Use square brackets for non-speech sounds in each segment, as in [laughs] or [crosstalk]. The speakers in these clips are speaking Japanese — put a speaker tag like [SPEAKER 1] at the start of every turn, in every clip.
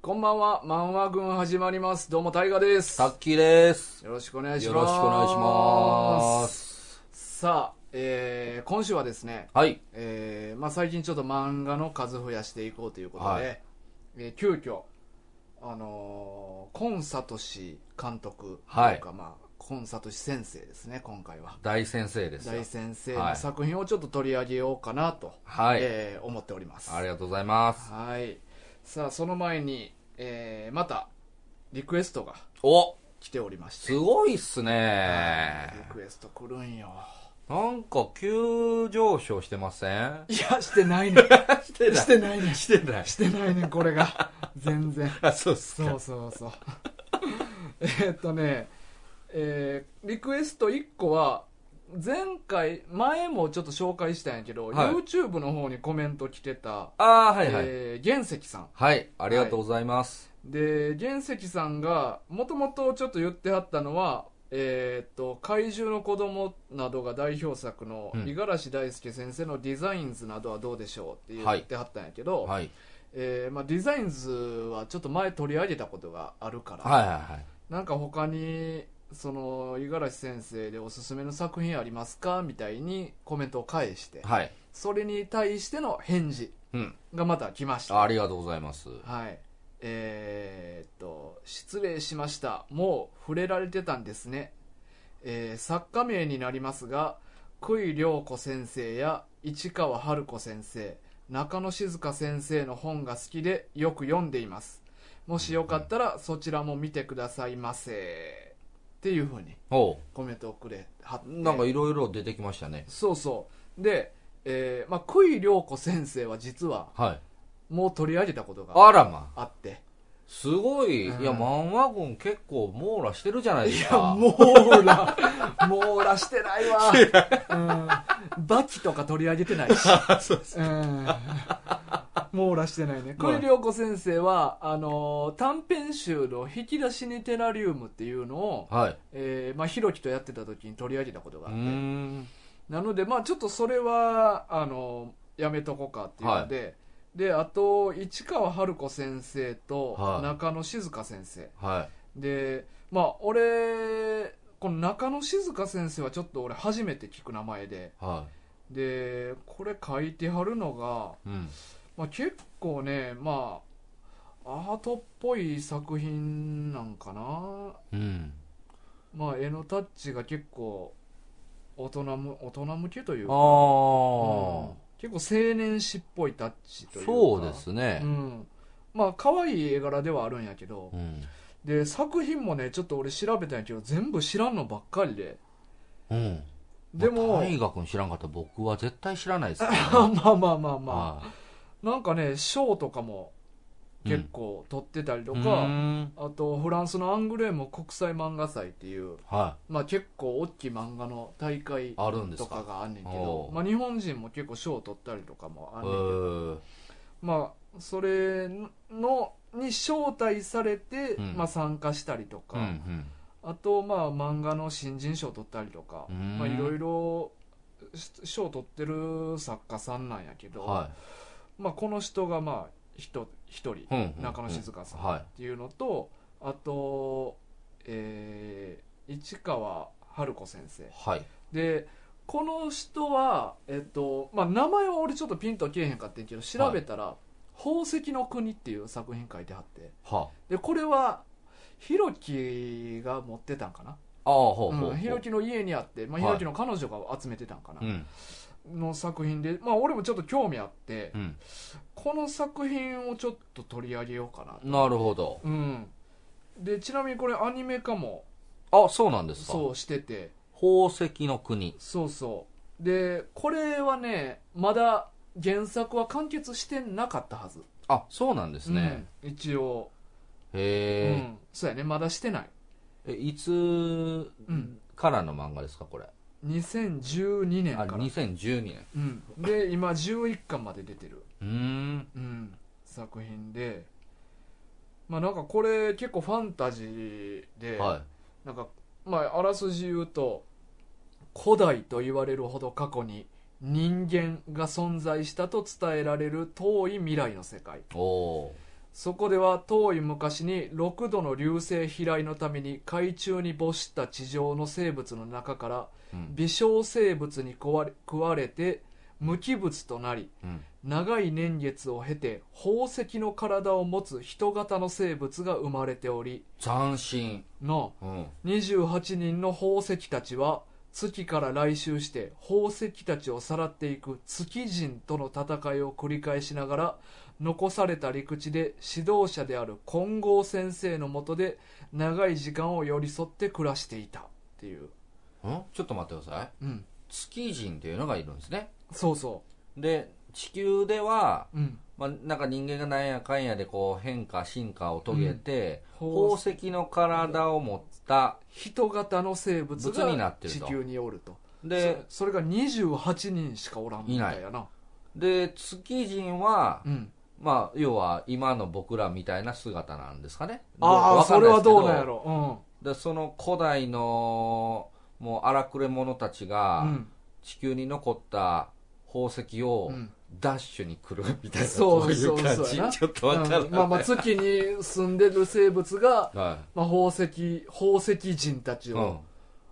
[SPEAKER 1] こんばんは、漫画軍始まります。どうも、タイガです。
[SPEAKER 2] タ
[SPEAKER 1] よ
[SPEAKER 2] ッキーです。
[SPEAKER 1] ろしくお願いします。
[SPEAKER 2] よろしくお願いします。
[SPEAKER 1] さあ、えー、今週はですね、
[SPEAKER 2] はい。
[SPEAKER 1] えー、まあ最近ちょっと漫画の数増やしていこうということで、
[SPEAKER 2] はい
[SPEAKER 1] えー急遽、あのー、コンサトシ監督と
[SPEAKER 2] はい
[SPEAKER 1] いうか、まあ、コンサトシ先生ですね、今回は。
[SPEAKER 2] 大先生ですよ
[SPEAKER 1] 大先生
[SPEAKER 2] は
[SPEAKER 1] の
[SPEAKER 2] い
[SPEAKER 1] 作品をちょっと取り上げようかなと、
[SPEAKER 2] はい、
[SPEAKER 1] えー思っております。
[SPEAKER 2] ありがとうございます。
[SPEAKER 1] はい。さあ、その前に、えーまた、リクエストが
[SPEAKER 2] お
[SPEAKER 1] 来ておりまして。
[SPEAKER 2] すごいっす
[SPEAKER 1] はい
[SPEAKER 2] ね。
[SPEAKER 1] リクエスト来るんよ。
[SPEAKER 2] なんか急上昇してません
[SPEAKER 1] いや、してないねん。
[SPEAKER 2] して
[SPEAKER 1] [laughs] してないねん。
[SPEAKER 2] してない
[SPEAKER 1] してないねん、これが。全然。
[SPEAKER 2] あ、そうっす
[SPEAKER 1] そ
[SPEAKER 2] か
[SPEAKER 1] う。そうそう。えーっとね、えーリクエスト1個は、前回、前もちょっと紹介したんやけど、
[SPEAKER 2] はい
[SPEAKER 1] YouTube の方にコメント来てた、
[SPEAKER 2] あー、はいはい。
[SPEAKER 1] えー原石さん。
[SPEAKER 2] はい、ありがとうございます。
[SPEAKER 1] で原石さんがもともとちょっと言ってはったのはえーっと怪獣の子供などが代表作の
[SPEAKER 2] うん
[SPEAKER 1] 五十嵐大輔先生のデザインズなどはどうでしょうって言
[SPEAKER 2] は
[SPEAKER 1] っ
[SPEAKER 2] い
[SPEAKER 1] てはったんやけど、
[SPEAKER 2] はい。
[SPEAKER 1] えーまあ、デザインズはちょっと前取り上げたことがあるから、
[SPEAKER 2] はいはいはい。
[SPEAKER 1] なんか他にその五十嵐先生でおすすめの作品ありますかみたいにコメントを返して、
[SPEAKER 2] はい。
[SPEAKER 1] それに対しての返事
[SPEAKER 2] うん。
[SPEAKER 1] がまた来ました
[SPEAKER 2] ありがとうございます。
[SPEAKER 1] はい。えーっと、失礼しました。もう触れられてたんですね。えー作家名になりますが、久井良子先生や市川春子先生、中野静香先生の本が好きでよく読んでいます。もしよかったらそちらも見てくださいませ。っていうふうに
[SPEAKER 2] おう
[SPEAKER 1] コメントをくれはって。
[SPEAKER 2] なんかいろいろ出てきましたね。
[SPEAKER 1] そうそう。で、えーまあ、久井良子先生は実は
[SPEAKER 2] はい。
[SPEAKER 1] もう取り上げたことが
[SPEAKER 2] あらま。
[SPEAKER 1] あって。
[SPEAKER 2] すごい。い
[SPEAKER 1] うん
[SPEAKER 2] や、漫画軍結構網羅してるじゃないで
[SPEAKER 1] い
[SPEAKER 2] す
[SPEAKER 1] や、
[SPEAKER 2] か。
[SPEAKER 1] 網羅、網羅してない
[SPEAKER 2] [laughs]
[SPEAKER 1] わ。うん。バキとか取り上げてないし。うん。網羅してないね。これ、良子先生は、あのー、短編集の引き出しにテラリウムっていうのを、
[SPEAKER 2] はい。
[SPEAKER 1] えー、まあ、ひろきとやってた時に取り上げたことが
[SPEAKER 2] う
[SPEAKER 1] あ
[SPEAKER 2] ー
[SPEAKER 1] って。
[SPEAKER 2] ん。
[SPEAKER 1] なので、まあ、ちょっとそれは、あのー、やめとこうかっていうので、で、あと、市川春子先生と
[SPEAKER 2] はい
[SPEAKER 1] 中野静香先生。
[SPEAKER 2] はい。
[SPEAKER 1] でまあ俺この中野静香先生はちょっと俺初めて聞く名前で
[SPEAKER 2] は
[SPEAKER 1] でこれ書いてはるのが、
[SPEAKER 2] い。うん。
[SPEAKER 1] まあ、結構ねまあアートっぽい作品なんかな
[SPEAKER 2] うん。
[SPEAKER 1] まあ絵のタッチが結構大人む大人向けという
[SPEAKER 2] ああ、
[SPEAKER 1] かうん結構青年誌っぽいタッチというか
[SPEAKER 2] そうです
[SPEAKER 1] う
[SPEAKER 2] ね。
[SPEAKER 1] んまあ可愛い絵柄ではあるんやけど、
[SPEAKER 2] うん。
[SPEAKER 1] で作品もねちょっと俺調べたんやけど全部知らんのばっかりで
[SPEAKER 2] うん。
[SPEAKER 1] でも、
[SPEAKER 2] 大学知らんかったら僕は絶対知らないですからね
[SPEAKER 1] まあまあ [laughs] まあま
[SPEAKER 2] は
[SPEAKER 1] あなんかね賞とかも
[SPEAKER 2] い
[SPEAKER 1] 結構取ってたりと
[SPEAKER 2] うんう
[SPEAKER 1] か、
[SPEAKER 2] ーん
[SPEAKER 1] あとフランスのアングレーム国際漫画祭っていう、
[SPEAKER 2] は
[SPEAKER 1] まあ、結構大きい漫画の大会
[SPEAKER 2] あるんです
[SPEAKER 1] とか
[SPEAKER 2] か
[SPEAKER 1] があんねんけ
[SPEAKER 2] お
[SPEAKER 1] ど
[SPEAKER 2] う
[SPEAKER 1] まあ、日本人も結構賞を取ったりとかもあ
[SPEAKER 2] い。
[SPEAKER 1] ん
[SPEAKER 2] え
[SPEAKER 1] ねんけど、
[SPEAKER 2] ー
[SPEAKER 1] まあそれのに招待されて、
[SPEAKER 2] うん
[SPEAKER 1] まあ、参加したりと
[SPEAKER 2] う
[SPEAKER 1] か、
[SPEAKER 2] ん
[SPEAKER 1] あとまあ漫画の新人賞を取ったりとか
[SPEAKER 2] うーん
[SPEAKER 1] まあいろいろし賞を取ってる作家さんなんやけ
[SPEAKER 2] うん。
[SPEAKER 1] ど、
[SPEAKER 2] は
[SPEAKER 1] まあ、この人がまあ一一人
[SPEAKER 2] い。うんうん
[SPEAKER 1] 中野静香さん
[SPEAKER 2] は
[SPEAKER 1] っ
[SPEAKER 2] い。
[SPEAKER 1] ていうのとあと、えー市川春子先生
[SPEAKER 2] はい。
[SPEAKER 1] でこの人は、えっとまあ、名前は俺ちょっとピンとけえへんかったんやけど調べたら「宝石の国」っていう作品書いてはって
[SPEAKER 2] は
[SPEAKER 1] でこれはひろきが持ってたんかな
[SPEAKER 2] ああ、ほうほうほ
[SPEAKER 1] う
[SPEAKER 2] う。
[SPEAKER 1] ん、ひろきの家にあって、まあ、ひ
[SPEAKER 2] はい
[SPEAKER 1] ろきの彼女が集めてたんかな、
[SPEAKER 2] うん。
[SPEAKER 1] の作品で、まあ、俺もちょっと興味あって、
[SPEAKER 2] うん。
[SPEAKER 1] この作品をちょっと取り上げようかなと
[SPEAKER 2] なるほど。
[SPEAKER 1] うんでちなみにこれアニメ化も
[SPEAKER 2] あ、そうなんですか。
[SPEAKER 1] そうしてて
[SPEAKER 2] 宝石の国。
[SPEAKER 1] そうそうでこれはねまだ原作は完結してなかったはず
[SPEAKER 2] あ、そうなんですね。
[SPEAKER 1] うん一応、う
[SPEAKER 2] へ
[SPEAKER 1] ん、そうやねまだしてない
[SPEAKER 2] え。え、いつ
[SPEAKER 1] ん
[SPEAKER 2] からの漫画ですか、これ。
[SPEAKER 1] 2012年
[SPEAKER 2] あ、
[SPEAKER 1] から、
[SPEAKER 2] 2012年。
[SPEAKER 1] うん、で今11巻まで出てる
[SPEAKER 2] うーん。
[SPEAKER 1] うん、作品でまあなんかこれ結構ファンタジーで、
[SPEAKER 2] はい。
[SPEAKER 1] なんかまああらすじ言うと古代と言われるほど過去に人間が存在したと伝えられる遠い未来の世界
[SPEAKER 2] おお
[SPEAKER 1] そこでは遠い昔に6度の流星飛来のために海中に没した地上の生物の中から
[SPEAKER 2] うん
[SPEAKER 1] 微小生物に食われ食われて無機物となり
[SPEAKER 2] うん
[SPEAKER 1] 長い年月を経て宝石の体を持つ人型の生物が生まれており
[SPEAKER 2] 斬新
[SPEAKER 1] の
[SPEAKER 2] うん
[SPEAKER 1] 28人の宝石たちは月から来襲して宝石たちをさらっていく月人との戦いを繰り返しながら残された陸地で指導者である金剛先生のもとで長い時間を寄り添って暮らしていたっていう
[SPEAKER 2] うんちょっと待ってください
[SPEAKER 1] うん
[SPEAKER 2] 月人というのがいるんですね
[SPEAKER 1] そうそ
[SPEAKER 2] で地球では、
[SPEAKER 1] ううん
[SPEAKER 2] まあ、なんか人間がなんやかんやでこう変化進化を遂げて、
[SPEAKER 1] うん
[SPEAKER 2] 宝石の体を持った
[SPEAKER 1] 人型の生物
[SPEAKER 2] 物にな
[SPEAKER 1] が
[SPEAKER 2] ってる
[SPEAKER 1] 地
[SPEAKER 2] と
[SPEAKER 1] 球におると
[SPEAKER 2] で
[SPEAKER 1] そそれが28人しかおらんみたいやな
[SPEAKER 2] で月人は、
[SPEAKER 1] うん
[SPEAKER 2] まあ要は今の僕らみたいな姿なんですかね
[SPEAKER 1] ああそれはどうなんや
[SPEAKER 2] ろ
[SPEAKER 1] ろ
[SPEAKER 2] でその古代のもう荒くれ者たち
[SPEAKER 1] うん、う
[SPEAKER 2] が
[SPEAKER 1] ん
[SPEAKER 2] 地球に残った宝石を
[SPEAKER 1] うん
[SPEAKER 2] ダッシュにくるみたいな、
[SPEAKER 1] そ
[SPEAKER 2] そう
[SPEAKER 1] う
[SPEAKER 2] いう感
[SPEAKER 1] そうそ
[SPEAKER 2] じ
[SPEAKER 1] うやな
[SPEAKER 2] ちょっとわからない、
[SPEAKER 1] うんまあまあ月に住んでる生物が、
[SPEAKER 2] は
[SPEAKER 1] まあ、宝石宝石人た
[SPEAKER 2] い
[SPEAKER 1] ちを、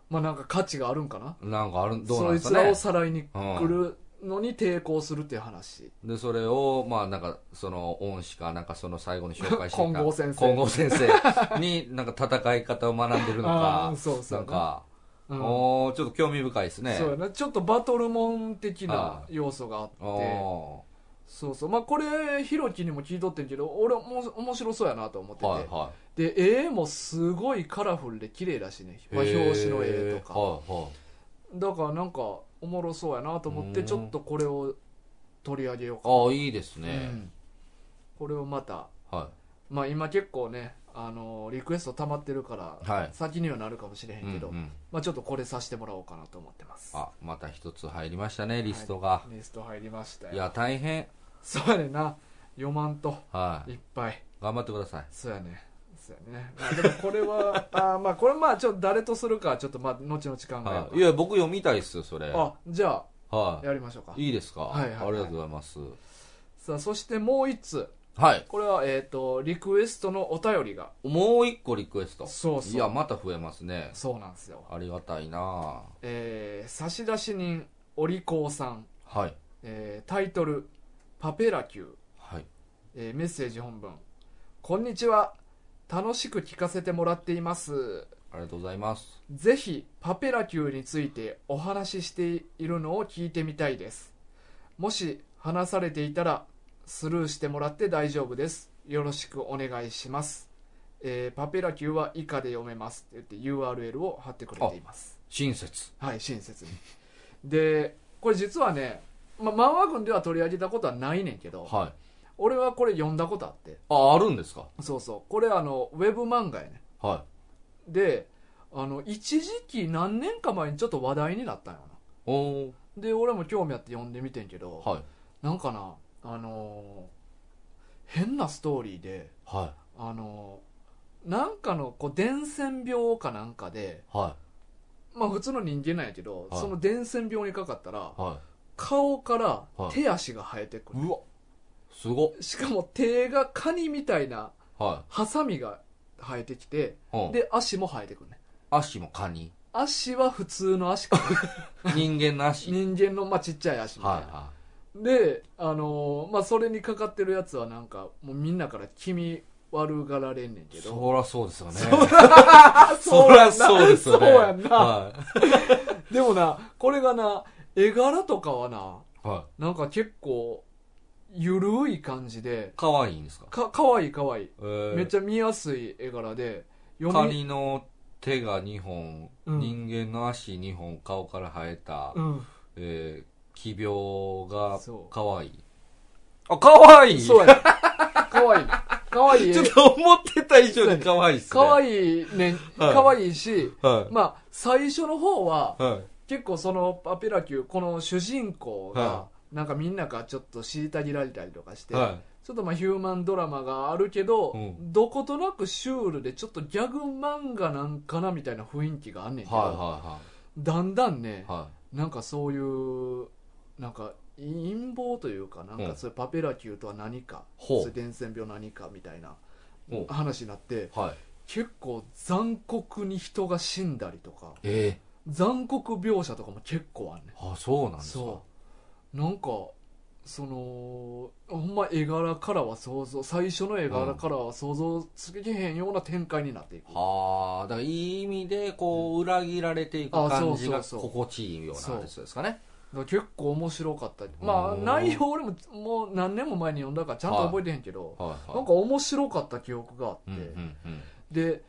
[SPEAKER 1] まあなんか価値があるんかな
[SPEAKER 2] うん、なんかあるどうなんです
[SPEAKER 1] そいつら
[SPEAKER 2] か
[SPEAKER 1] を
[SPEAKER 2] ね
[SPEAKER 1] さらいに来るのに抵抗するっていう話、
[SPEAKER 2] でそれをまあなんかその恩師かなんかその最後に紹介していた
[SPEAKER 1] 金剛先生
[SPEAKER 2] 金剛先生 [laughs] になんか戦い方を学んでるの
[SPEAKER 1] あ
[SPEAKER 2] か
[SPEAKER 1] ーそうそう
[SPEAKER 2] なんか、
[SPEAKER 1] うん
[SPEAKER 2] おーちょっと興味深いですね
[SPEAKER 1] そうやなちょっとバトルモン的な要素があって
[SPEAKER 2] お
[SPEAKER 1] そうそうまあこれひろきにも聞いとってんけど俺も面白そうやなと思って
[SPEAKER 2] ー
[SPEAKER 1] て、
[SPEAKER 2] はいは
[SPEAKER 1] で絵もすごいカラフルで綺麗だしね、
[SPEAKER 2] い
[SPEAKER 1] まあ、表紙の絵と
[SPEAKER 2] へー
[SPEAKER 1] か
[SPEAKER 2] はいはい
[SPEAKER 1] だからなんかおもろそうやなと思って
[SPEAKER 2] うん
[SPEAKER 1] ちょっとこれを取り上げようか
[SPEAKER 2] ああいいです
[SPEAKER 1] う
[SPEAKER 2] ね、
[SPEAKER 1] んこれをまた
[SPEAKER 2] は
[SPEAKER 1] まあ今結構ねあのーリクエスト溜まってるから、
[SPEAKER 2] はい
[SPEAKER 1] 先にはなるかもしれへ
[SPEAKER 2] い、うん
[SPEAKER 1] んけど、
[SPEAKER 2] うん
[SPEAKER 1] まあちょっとこれさせてもらおうかなと思ってます
[SPEAKER 2] あまた一つ入りましたねリストが、
[SPEAKER 1] リスト入りましたよ
[SPEAKER 2] い、や大変
[SPEAKER 1] そうやねんな読まんと
[SPEAKER 2] はい
[SPEAKER 1] いっぱい
[SPEAKER 2] 頑張ってください
[SPEAKER 1] そうやねそうやね、まあ、でもこれは [laughs] あーまあこれまあちょっと誰とするかはちょっとまあ後々考えようか、
[SPEAKER 2] はい、いや僕読みたいっすよそれ
[SPEAKER 1] あじゃあ
[SPEAKER 2] は
[SPEAKER 1] やりましょうか
[SPEAKER 2] いいいですか、
[SPEAKER 1] はいはいはい
[SPEAKER 2] ありがとうございます
[SPEAKER 1] さあそしてもう一つ
[SPEAKER 2] はい
[SPEAKER 1] これはえっ、とリクエストのお便りが
[SPEAKER 2] もう一個リクエスト
[SPEAKER 1] そうそう
[SPEAKER 2] いやまた増えますね
[SPEAKER 1] そうなんですよ
[SPEAKER 2] ありがたいな
[SPEAKER 1] えー差出人お利口さん、
[SPEAKER 2] はい
[SPEAKER 1] えータイトル「パペラキュー
[SPEAKER 2] はい」
[SPEAKER 1] えーメッセージ本文「こんにちは楽しく聞かせてもらっています」
[SPEAKER 2] ありがとうございます
[SPEAKER 1] ぜひパペラ級についてお話ししているのを聞いてみたいです。もし話されていたらスルーしてもらって大丈夫です。よろしくお願いします。えーパペラ級は以下で読めますって言って URL を貼ってくれています。
[SPEAKER 2] 親切
[SPEAKER 1] はい、親切に。で、これ実はね、まあ、漫画群では取り上げたことはないねんけど、
[SPEAKER 2] はい
[SPEAKER 1] 俺はこれ読んだことあって、
[SPEAKER 2] ああるんですか
[SPEAKER 1] そうそう、これあの、ウェブ漫画やね。
[SPEAKER 2] は
[SPEAKER 1] であの一時期何年か前にちょっと話題になったんよ
[SPEAKER 2] いおお
[SPEAKER 1] なで俺も興味あって読んでみてんけど、
[SPEAKER 2] はい
[SPEAKER 1] なんかなあのー変なストーリーで
[SPEAKER 2] は
[SPEAKER 1] あのーなんかのこう伝染病かなんかで
[SPEAKER 2] いは
[SPEAKER 1] まあ普通の人間なんやけど、
[SPEAKER 2] はい
[SPEAKER 1] その伝染病にかかったら
[SPEAKER 2] いは
[SPEAKER 1] 顔から
[SPEAKER 2] はい
[SPEAKER 1] 手足が生えてくる、
[SPEAKER 2] いうわすごっ
[SPEAKER 1] しかも手がカニみたいな
[SPEAKER 2] は
[SPEAKER 1] ハサミが生えてきて
[SPEAKER 2] い、うん、
[SPEAKER 1] で足も生えてくるね
[SPEAKER 2] 足もカニ
[SPEAKER 1] 足は普通の足かな
[SPEAKER 2] 人間の足はい
[SPEAKER 1] 人間のまあちっちゃい足みたいな、
[SPEAKER 2] は
[SPEAKER 1] であのーまあそれにかかってるやつはなんかもうみんなから気味悪がられんねん
[SPEAKER 2] い
[SPEAKER 1] けど
[SPEAKER 2] そらそうですよね
[SPEAKER 1] あ
[SPEAKER 2] そらそうですよね
[SPEAKER 1] そうやんな、
[SPEAKER 2] は、
[SPEAKER 1] でもなこれがな絵柄とかはない
[SPEAKER 2] はい、
[SPEAKER 1] なんか結構ゆるい感じで
[SPEAKER 2] かわいいんですか
[SPEAKER 1] かかわいいかわいい、
[SPEAKER 2] えー
[SPEAKER 1] めっちゃ見やすい絵柄で
[SPEAKER 2] カ
[SPEAKER 1] 読み、
[SPEAKER 2] ニの手が2本、
[SPEAKER 1] うん
[SPEAKER 2] 人間の足2本顔から生えた、
[SPEAKER 1] うん、
[SPEAKER 2] えー奇病が
[SPEAKER 1] そう
[SPEAKER 2] かわいいあかわいい
[SPEAKER 1] そうやねかわいいかわいい
[SPEAKER 2] ちょっと思ってた以上にかわいいっすね
[SPEAKER 1] かわ
[SPEAKER 2] い
[SPEAKER 1] いいね
[SPEAKER 2] はい
[SPEAKER 1] かわいいし、
[SPEAKER 2] は、
[SPEAKER 1] まあ最初の方はい
[SPEAKER 2] はい、
[SPEAKER 1] 結構そのパペラ級この主人公が
[SPEAKER 2] は
[SPEAKER 1] なんかみんながちょっと虐げられたりとかして、
[SPEAKER 2] は
[SPEAKER 1] ちょっとまあヒューマンドラマがあるけど、
[SPEAKER 2] うん
[SPEAKER 1] どことなくシュールでちょっとギャグ漫画なんかなみたいな雰囲気があんね
[SPEAKER 2] い、はい
[SPEAKER 1] んけど、
[SPEAKER 2] は
[SPEAKER 1] だんだんね
[SPEAKER 2] い、は
[SPEAKER 1] なんかそういうなんか陰謀というかなん
[SPEAKER 2] う
[SPEAKER 1] か
[SPEAKER 2] ん
[SPEAKER 1] そういうパペラ級とは何か、
[SPEAKER 2] ほう
[SPEAKER 1] そういう伝染病何かみたいな
[SPEAKER 2] おう
[SPEAKER 1] 話になって
[SPEAKER 2] はい
[SPEAKER 1] 結構残酷に人が死んだりとか
[SPEAKER 2] え
[SPEAKER 1] 残酷描写とかも結構あるね
[SPEAKER 2] ー、あそうなんですか
[SPEAKER 1] そうなんかそのほんま絵柄からは想像最初の絵柄からは想像つけへんような展開になっていく、
[SPEAKER 2] はあだからいい意味でこう裏切られていく
[SPEAKER 1] あそ
[SPEAKER 2] 感
[SPEAKER 1] う
[SPEAKER 2] じ
[SPEAKER 1] そ
[SPEAKER 2] が
[SPEAKER 1] うそう
[SPEAKER 2] 心地いいようなやつですかね
[SPEAKER 1] だから結構面白かったり
[SPEAKER 2] うん
[SPEAKER 1] まあ内容俺ももう何年も前に読んだからちゃんと覚えてへんけど、
[SPEAKER 2] はい
[SPEAKER 1] なん
[SPEAKER 2] は
[SPEAKER 1] か面白かった記憶があって、
[SPEAKER 2] いうんうんうん
[SPEAKER 1] で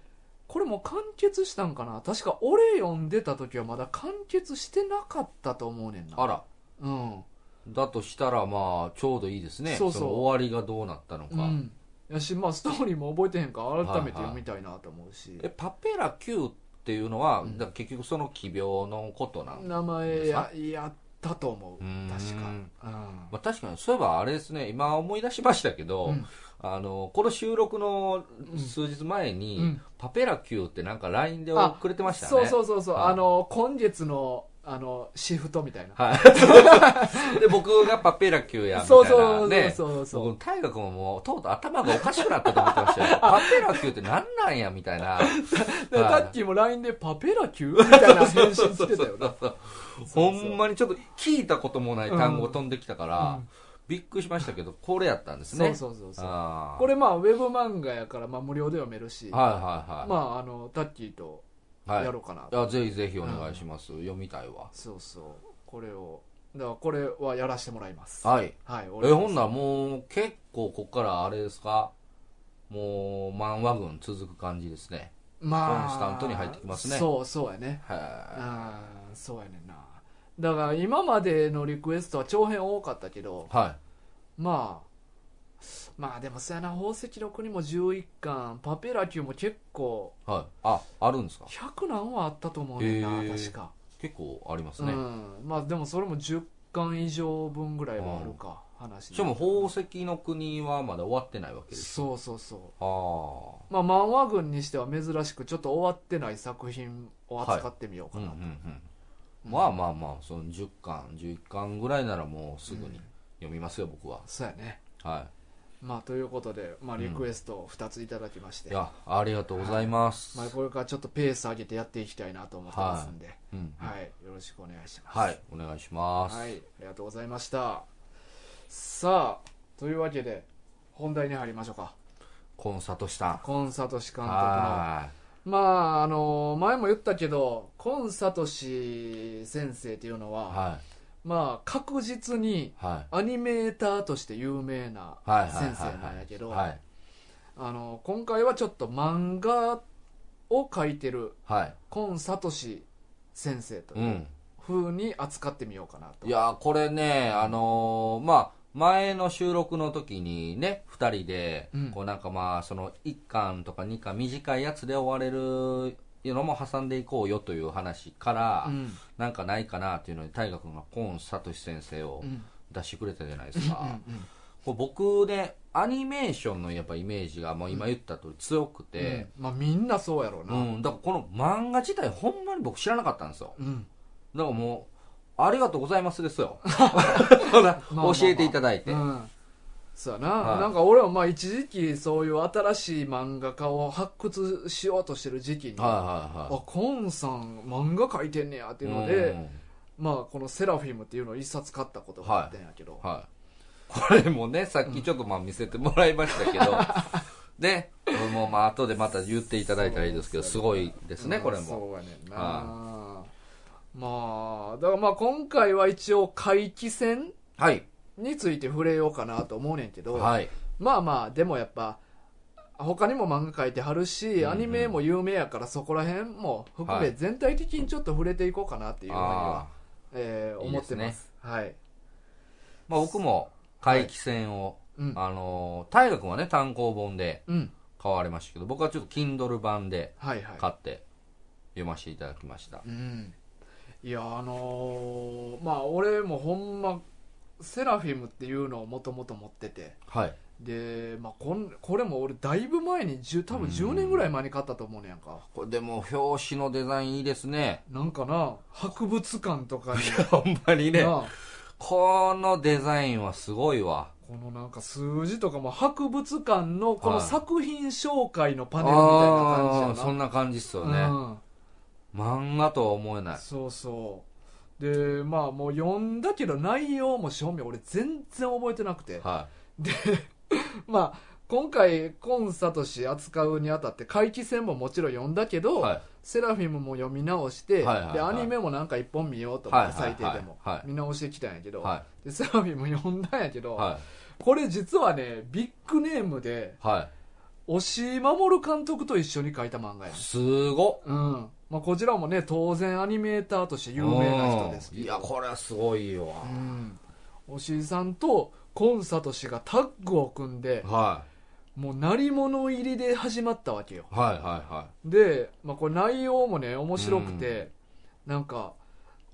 [SPEAKER 1] これもう完結したんかな確か俺読んでた時はまだ完結してなかったと思うねんな
[SPEAKER 2] あら
[SPEAKER 1] うん、
[SPEAKER 2] だとしたらまあちょうどいいですね
[SPEAKER 1] そうそう
[SPEAKER 2] の終わりがどうなったのか、
[SPEAKER 1] うん、やしまあストーリーも覚えてへんから改めて読みたいなと思うし、
[SPEAKER 2] えパペラ Q っていうのは、
[SPEAKER 1] うん
[SPEAKER 2] だから結局その奇病のことなん
[SPEAKER 1] 名前ややったと思う
[SPEAKER 2] うーん
[SPEAKER 1] 確かうん
[SPEAKER 2] まあ、確かにそういえばあれですね今思い出しましたけど、
[SPEAKER 1] うん
[SPEAKER 2] あのこの収録の数日前に、
[SPEAKER 1] うん
[SPEAKER 2] パペラ Q ってなんか LINE で送れてましたね
[SPEAKER 1] そうそうそうそう、
[SPEAKER 2] はい
[SPEAKER 1] あの今月のあのシフトみたいな
[SPEAKER 2] はい。で、僕がパペラ級や、みたいな、ね。
[SPEAKER 1] そうそうそうそうそう
[SPEAKER 2] 僕、大河君ももう、とうとう頭がおかしくなったと思ってま
[SPEAKER 1] [laughs]
[SPEAKER 2] したよ。パペラ級って何なんや、みたいな。
[SPEAKER 1] で
[SPEAKER 2] はい
[SPEAKER 1] タッキーも LIne で「パペラ級?」みたいな返信してたよな
[SPEAKER 2] [laughs] そうほんまにちょっと聞いたこともない単語飛んできたから、
[SPEAKER 1] うん
[SPEAKER 2] びっくりしましたけど、これやったんです
[SPEAKER 1] そ
[SPEAKER 2] ね。
[SPEAKER 1] うそうそうそう
[SPEAKER 2] あー
[SPEAKER 1] これまあウェブ漫画やからまあ無料で読めるし、
[SPEAKER 2] はいはいはい。
[SPEAKER 1] まああのタッキーと
[SPEAKER 2] はい
[SPEAKER 1] やろうかな、
[SPEAKER 2] あぜひぜひお願いします。読みたいわ。
[SPEAKER 1] そうそうこれをだからこれはやらせてもらいます
[SPEAKER 2] はい。
[SPEAKER 1] はい
[SPEAKER 2] え、
[SPEAKER 1] 俺
[SPEAKER 2] ほんならもう、結構こっからあれですかもう、漫画群続く感じですね。
[SPEAKER 1] まあ
[SPEAKER 2] コンスタントに入ってきますね
[SPEAKER 1] そうそうやね
[SPEAKER 2] はい。
[SPEAKER 1] ああそうやねんなだから今までのリクエストは長編多かったけど
[SPEAKER 2] は
[SPEAKER 1] まあまあでもそやな宝石の国も11巻パペラ級も結構
[SPEAKER 2] い。はい。あ、あるんですか
[SPEAKER 1] 100何はあったと思うねんな、
[SPEAKER 2] へー
[SPEAKER 1] 確か、
[SPEAKER 2] 結構あります
[SPEAKER 1] う
[SPEAKER 2] ね。
[SPEAKER 1] んまあでもそれも10巻以上分ぐらいはあるか、話
[SPEAKER 2] しかも宝石の国はまだ終わってないわけです。
[SPEAKER 1] そうそうそう
[SPEAKER 2] ああ。
[SPEAKER 1] まあ漫画群にしては珍しくちょっと終わってない作品を扱ってみよう
[SPEAKER 2] う
[SPEAKER 1] か
[SPEAKER 2] んうん
[SPEAKER 1] な
[SPEAKER 2] う
[SPEAKER 1] と、
[SPEAKER 2] ん。まあまあまあ、その10巻、11巻ぐらいならもうすぐに読みますよ、僕は。
[SPEAKER 1] そうやね
[SPEAKER 2] は
[SPEAKER 1] まあということで、まあ、リクエストを2ついただきまし
[SPEAKER 2] い。
[SPEAKER 1] て、
[SPEAKER 2] いや、ありがとうございます。
[SPEAKER 1] ま
[SPEAKER 2] は
[SPEAKER 1] あ、
[SPEAKER 2] い。
[SPEAKER 1] これからちょっとペース上げてやっていきたいなと思ってますんで、
[SPEAKER 2] うん
[SPEAKER 1] はいよろしくお願いします、
[SPEAKER 2] はい。お願いします。
[SPEAKER 1] はいありがとうございましたさあというわけで本題に入りましょうか
[SPEAKER 2] コンサートした。
[SPEAKER 1] コンサトシ監督の
[SPEAKER 2] は
[SPEAKER 1] まああの前も言ったけどコンサトシ先生っていうの
[SPEAKER 2] い。
[SPEAKER 1] は、
[SPEAKER 2] は
[SPEAKER 1] まあ確実に
[SPEAKER 2] い。はい。
[SPEAKER 1] アニメーターとして有名な
[SPEAKER 2] はい。はい
[SPEAKER 1] 先生なんやけど、
[SPEAKER 2] はい。
[SPEAKER 1] あの今回はちょっと漫画を描いてる
[SPEAKER 2] はい。
[SPEAKER 1] コン・サトシ先生と
[SPEAKER 2] う。
[SPEAKER 1] いうん風に扱ってみようかなと、
[SPEAKER 2] いやーこれね、あのーまあ、前の収録の時にね、二人で、
[SPEAKER 1] うん
[SPEAKER 2] こうなんかまあ、その一巻とか二巻短いやつで終われるのも挟んでいこうよという話から、
[SPEAKER 1] うん
[SPEAKER 2] なんかないかなっていうのに、大河君がコーン聡先生を
[SPEAKER 1] うん
[SPEAKER 2] 出してくれたじゃないですか。
[SPEAKER 1] うんうん
[SPEAKER 2] こう僕ね、アニメーションのやっぱイメージが、もう今言った通り強くて、
[SPEAKER 1] うんまあ、みんなそうやろう
[SPEAKER 2] う
[SPEAKER 1] な、
[SPEAKER 2] ん、だからこの漫画自体ほんまに僕知らなかったんですよ。
[SPEAKER 1] うん
[SPEAKER 2] だからもう、ありがとうございますで
[SPEAKER 1] [laughs]
[SPEAKER 2] すよ。ほら
[SPEAKER 1] まあまあ
[SPEAKER 2] 教えていただいて。
[SPEAKER 1] うんそうやな、
[SPEAKER 2] はい
[SPEAKER 1] なんか俺はまあ一時期そういう新しい漫画家を発掘しようとしてる時期に、
[SPEAKER 2] はいはいは
[SPEAKER 1] あコンさん漫画描いてんねやって
[SPEAKER 2] い。
[SPEAKER 1] いうので、まあこの「セラフィム」っていうのを一冊買ったことがあってんやけど、
[SPEAKER 2] うんはい。これもね、さっきちょっとまあ見せてもらいましたけど、 [laughs] で、これもまあ後でまた言っていただいたらいいですけど、すごいですね、
[SPEAKER 1] うん
[SPEAKER 2] これも。
[SPEAKER 1] そうやねんな、
[SPEAKER 2] は
[SPEAKER 1] まあだからまあ今回は一応回帰戦
[SPEAKER 2] はい。
[SPEAKER 1] について触れようかなと思うねんけど、
[SPEAKER 2] はい。
[SPEAKER 1] まあまあでもやっぱ他にも漫画書いてはるし、
[SPEAKER 2] うんうん
[SPEAKER 1] アニメも有名やからそこら辺も含
[SPEAKER 2] は
[SPEAKER 1] め
[SPEAKER 2] い
[SPEAKER 1] 全体的にちょっと触れていこうかなっていうふうには
[SPEAKER 2] あ、
[SPEAKER 1] えー
[SPEAKER 2] いい
[SPEAKER 1] 思
[SPEAKER 2] で
[SPEAKER 1] って
[SPEAKER 2] す
[SPEAKER 1] ます
[SPEAKER 2] ね
[SPEAKER 1] はい、
[SPEAKER 2] ーまあ僕も回帰戦を、
[SPEAKER 1] うん
[SPEAKER 2] あのー、大河君はね、単行本で
[SPEAKER 1] うん、
[SPEAKER 2] 買われましたけど、僕はちょっと Kindle 版で
[SPEAKER 1] はいはい
[SPEAKER 2] 買って読ませていただきました。
[SPEAKER 1] うんいやあのーまあ俺もほんまセラフィムっていうのをもともと持ってて
[SPEAKER 2] はい。
[SPEAKER 1] で、まあ、こんこれも俺だいぶ前に10多分10年ぐらい前に買ったと思うねやんか
[SPEAKER 2] これでも表
[SPEAKER 1] [laughs]
[SPEAKER 2] 紙のデザインいいですね。
[SPEAKER 1] なんかな博物館とかに
[SPEAKER 2] ほんまにね。
[SPEAKER 1] なあ
[SPEAKER 2] このデザインはすごいわ。
[SPEAKER 1] このなんか数字とかも博物館のこの
[SPEAKER 2] はい
[SPEAKER 1] 作品紹介のパネルみたい
[SPEAKER 2] あ
[SPEAKER 1] な感
[SPEAKER 2] あ
[SPEAKER 1] じ
[SPEAKER 2] ー、そ
[SPEAKER 1] や
[SPEAKER 2] ん
[SPEAKER 1] な
[SPEAKER 2] な感じっすよ
[SPEAKER 1] う
[SPEAKER 2] ね。
[SPEAKER 1] ん
[SPEAKER 2] 漫画とは思えない。
[SPEAKER 1] そうそうでまあもう読んだけど内容も正味俺全然覚えてなくて
[SPEAKER 2] は
[SPEAKER 1] まあ今回コンサトシ扱うにあたって怪奇戦ももちろん読んだけ
[SPEAKER 2] い。
[SPEAKER 1] ど、
[SPEAKER 2] はい。
[SPEAKER 1] セラフィムも読み直して、
[SPEAKER 2] はいはいはい
[SPEAKER 1] でアニメもなんか一本見ようと思って、
[SPEAKER 2] はいはいはい
[SPEAKER 1] 最低でも、
[SPEAKER 2] はい
[SPEAKER 1] 見直してきたんやけど、
[SPEAKER 2] は
[SPEAKER 1] でセラフィム読んだんやけ
[SPEAKER 2] い。
[SPEAKER 1] ど、
[SPEAKER 2] は
[SPEAKER 1] これ実はねビッグネームで
[SPEAKER 2] い。は
[SPEAKER 1] 押井守監督と一緒に書いた漫画や
[SPEAKER 2] い。
[SPEAKER 1] ね
[SPEAKER 2] すごっ。
[SPEAKER 1] うんまあ、こちらもね当然アニメーターとして有名な人です
[SPEAKER 2] うんいや、これはすごいよ。
[SPEAKER 1] うん押井さんとコンサト氏がタッグを組んで
[SPEAKER 2] は
[SPEAKER 1] もう鳴り物入りで始まったわけよ
[SPEAKER 2] い。はいはいは
[SPEAKER 1] で、まあ、これ内容もね面白くて、なんか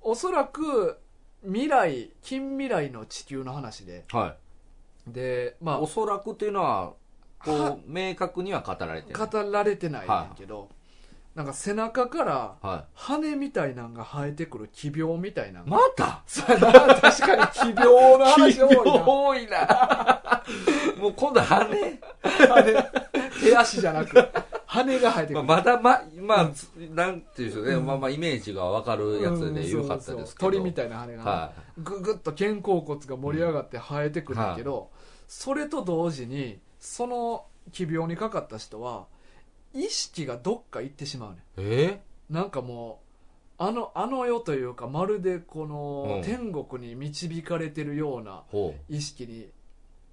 [SPEAKER 1] おそらく未来近未来の地球の話で
[SPEAKER 2] い。はい。
[SPEAKER 1] でまあ
[SPEAKER 2] おそらくっていうのは、
[SPEAKER 1] は
[SPEAKER 2] こう、明確には語られてない。
[SPEAKER 1] 語られてないねんけど、なんか背中から
[SPEAKER 2] は。
[SPEAKER 1] 羽みたいなんが生えてくる奇病みたいない
[SPEAKER 2] また
[SPEAKER 1] そうやな [laughs] 確かに奇病の話多いな
[SPEAKER 2] [laughs] 多いな。 [laughs] もう今度羽。
[SPEAKER 1] 羽 [laughs] 手足じゃなく羽が生えてく
[SPEAKER 2] まあ、
[SPEAKER 1] る、
[SPEAKER 2] まだま、まあ、つなんていうんでしょうね。まあまあ、イメージがわかるやつ
[SPEAKER 1] うん
[SPEAKER 2] でよかったですけど。
[SPEAKER 1] 鳥みたいな羽が、
[SPEAKER 2] は
[SPEAKER 1] ぐぐっと肩甲骨が盛り上がって生えてくるんだけど、それと同時にその奇病にかかった人は意識がどっか行ってしまうね
[SPEAKER 2] い。え
[SPEAKER 1] んなんかもうあのあの世というかまるでこの
[SPEAKER 2] うん
[SPEAKER 1] 天国に導かれてるような
[SPEAKER 2] ほ
[SPEAKER 1] 意識に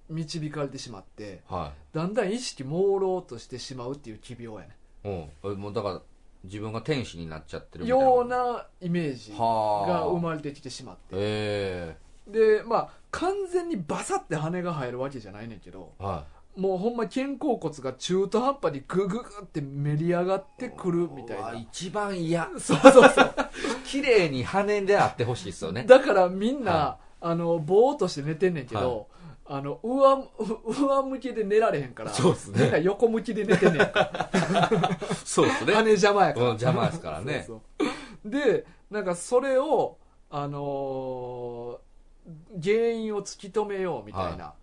[SPEAKER 1] 導かれてしまって
[SPEAKER 2] う。は
[SPEAKER 1] だんだん意識朦朧としてしまうっていう奇病やね
[SPEAKER 2] い。うんえ。もうだから、自分が天使になっちゃってるみたいな。
[SPEAKER 1] ようなイメージ
[SPEAKER 2] はあ。
[SPEAKER 1] が生まれてきてしまって
[SPEAKER 2] え
[SPEAKER 1] でまあ完全にバサって羽が生えるわけじゃないねんけど
[SPEAKER 2] えは
[SPEAKER 1] もうほんま肩甲骨が中途半端にグググってめり上がってくる
[SPEAKER 2] い。
[SPEAKER 1] みたいう
[SPEAKER 2] わ
[SPEAKER 1] な
[SPEAKER 2] 一番嫌。
[SPEAKER 1] そうそうそう
[SPEAKER 2] 綺麗に羽であってほしいです
[SPEAKER 1] [laughs]
[SPEAKER 2] よね。
[SPEAKER 1] だからみんな、
[SPEAKER 2] は
[SPEAKER 1] あのぼーっとして寝てんねんけど、あの上う上向きで寝られへんから
[SPEAKER 2] そうっすね
[SPEAKER 1] みんな横向きで寝てんねん
[SPEAKER 2] [laughs]
[SPEAKER 1] か
[SPEAKER 2] そうです
[SPEAKER 1] ら羽。邪魔やから
[SPEAKER 2] うん邪魔ですから
[SPEAKER 1] [laughs]
[SPEAKER 2] ね
[SPEAKER 1] そうそうでなんかそれをあのー原因を突き止めようみたいな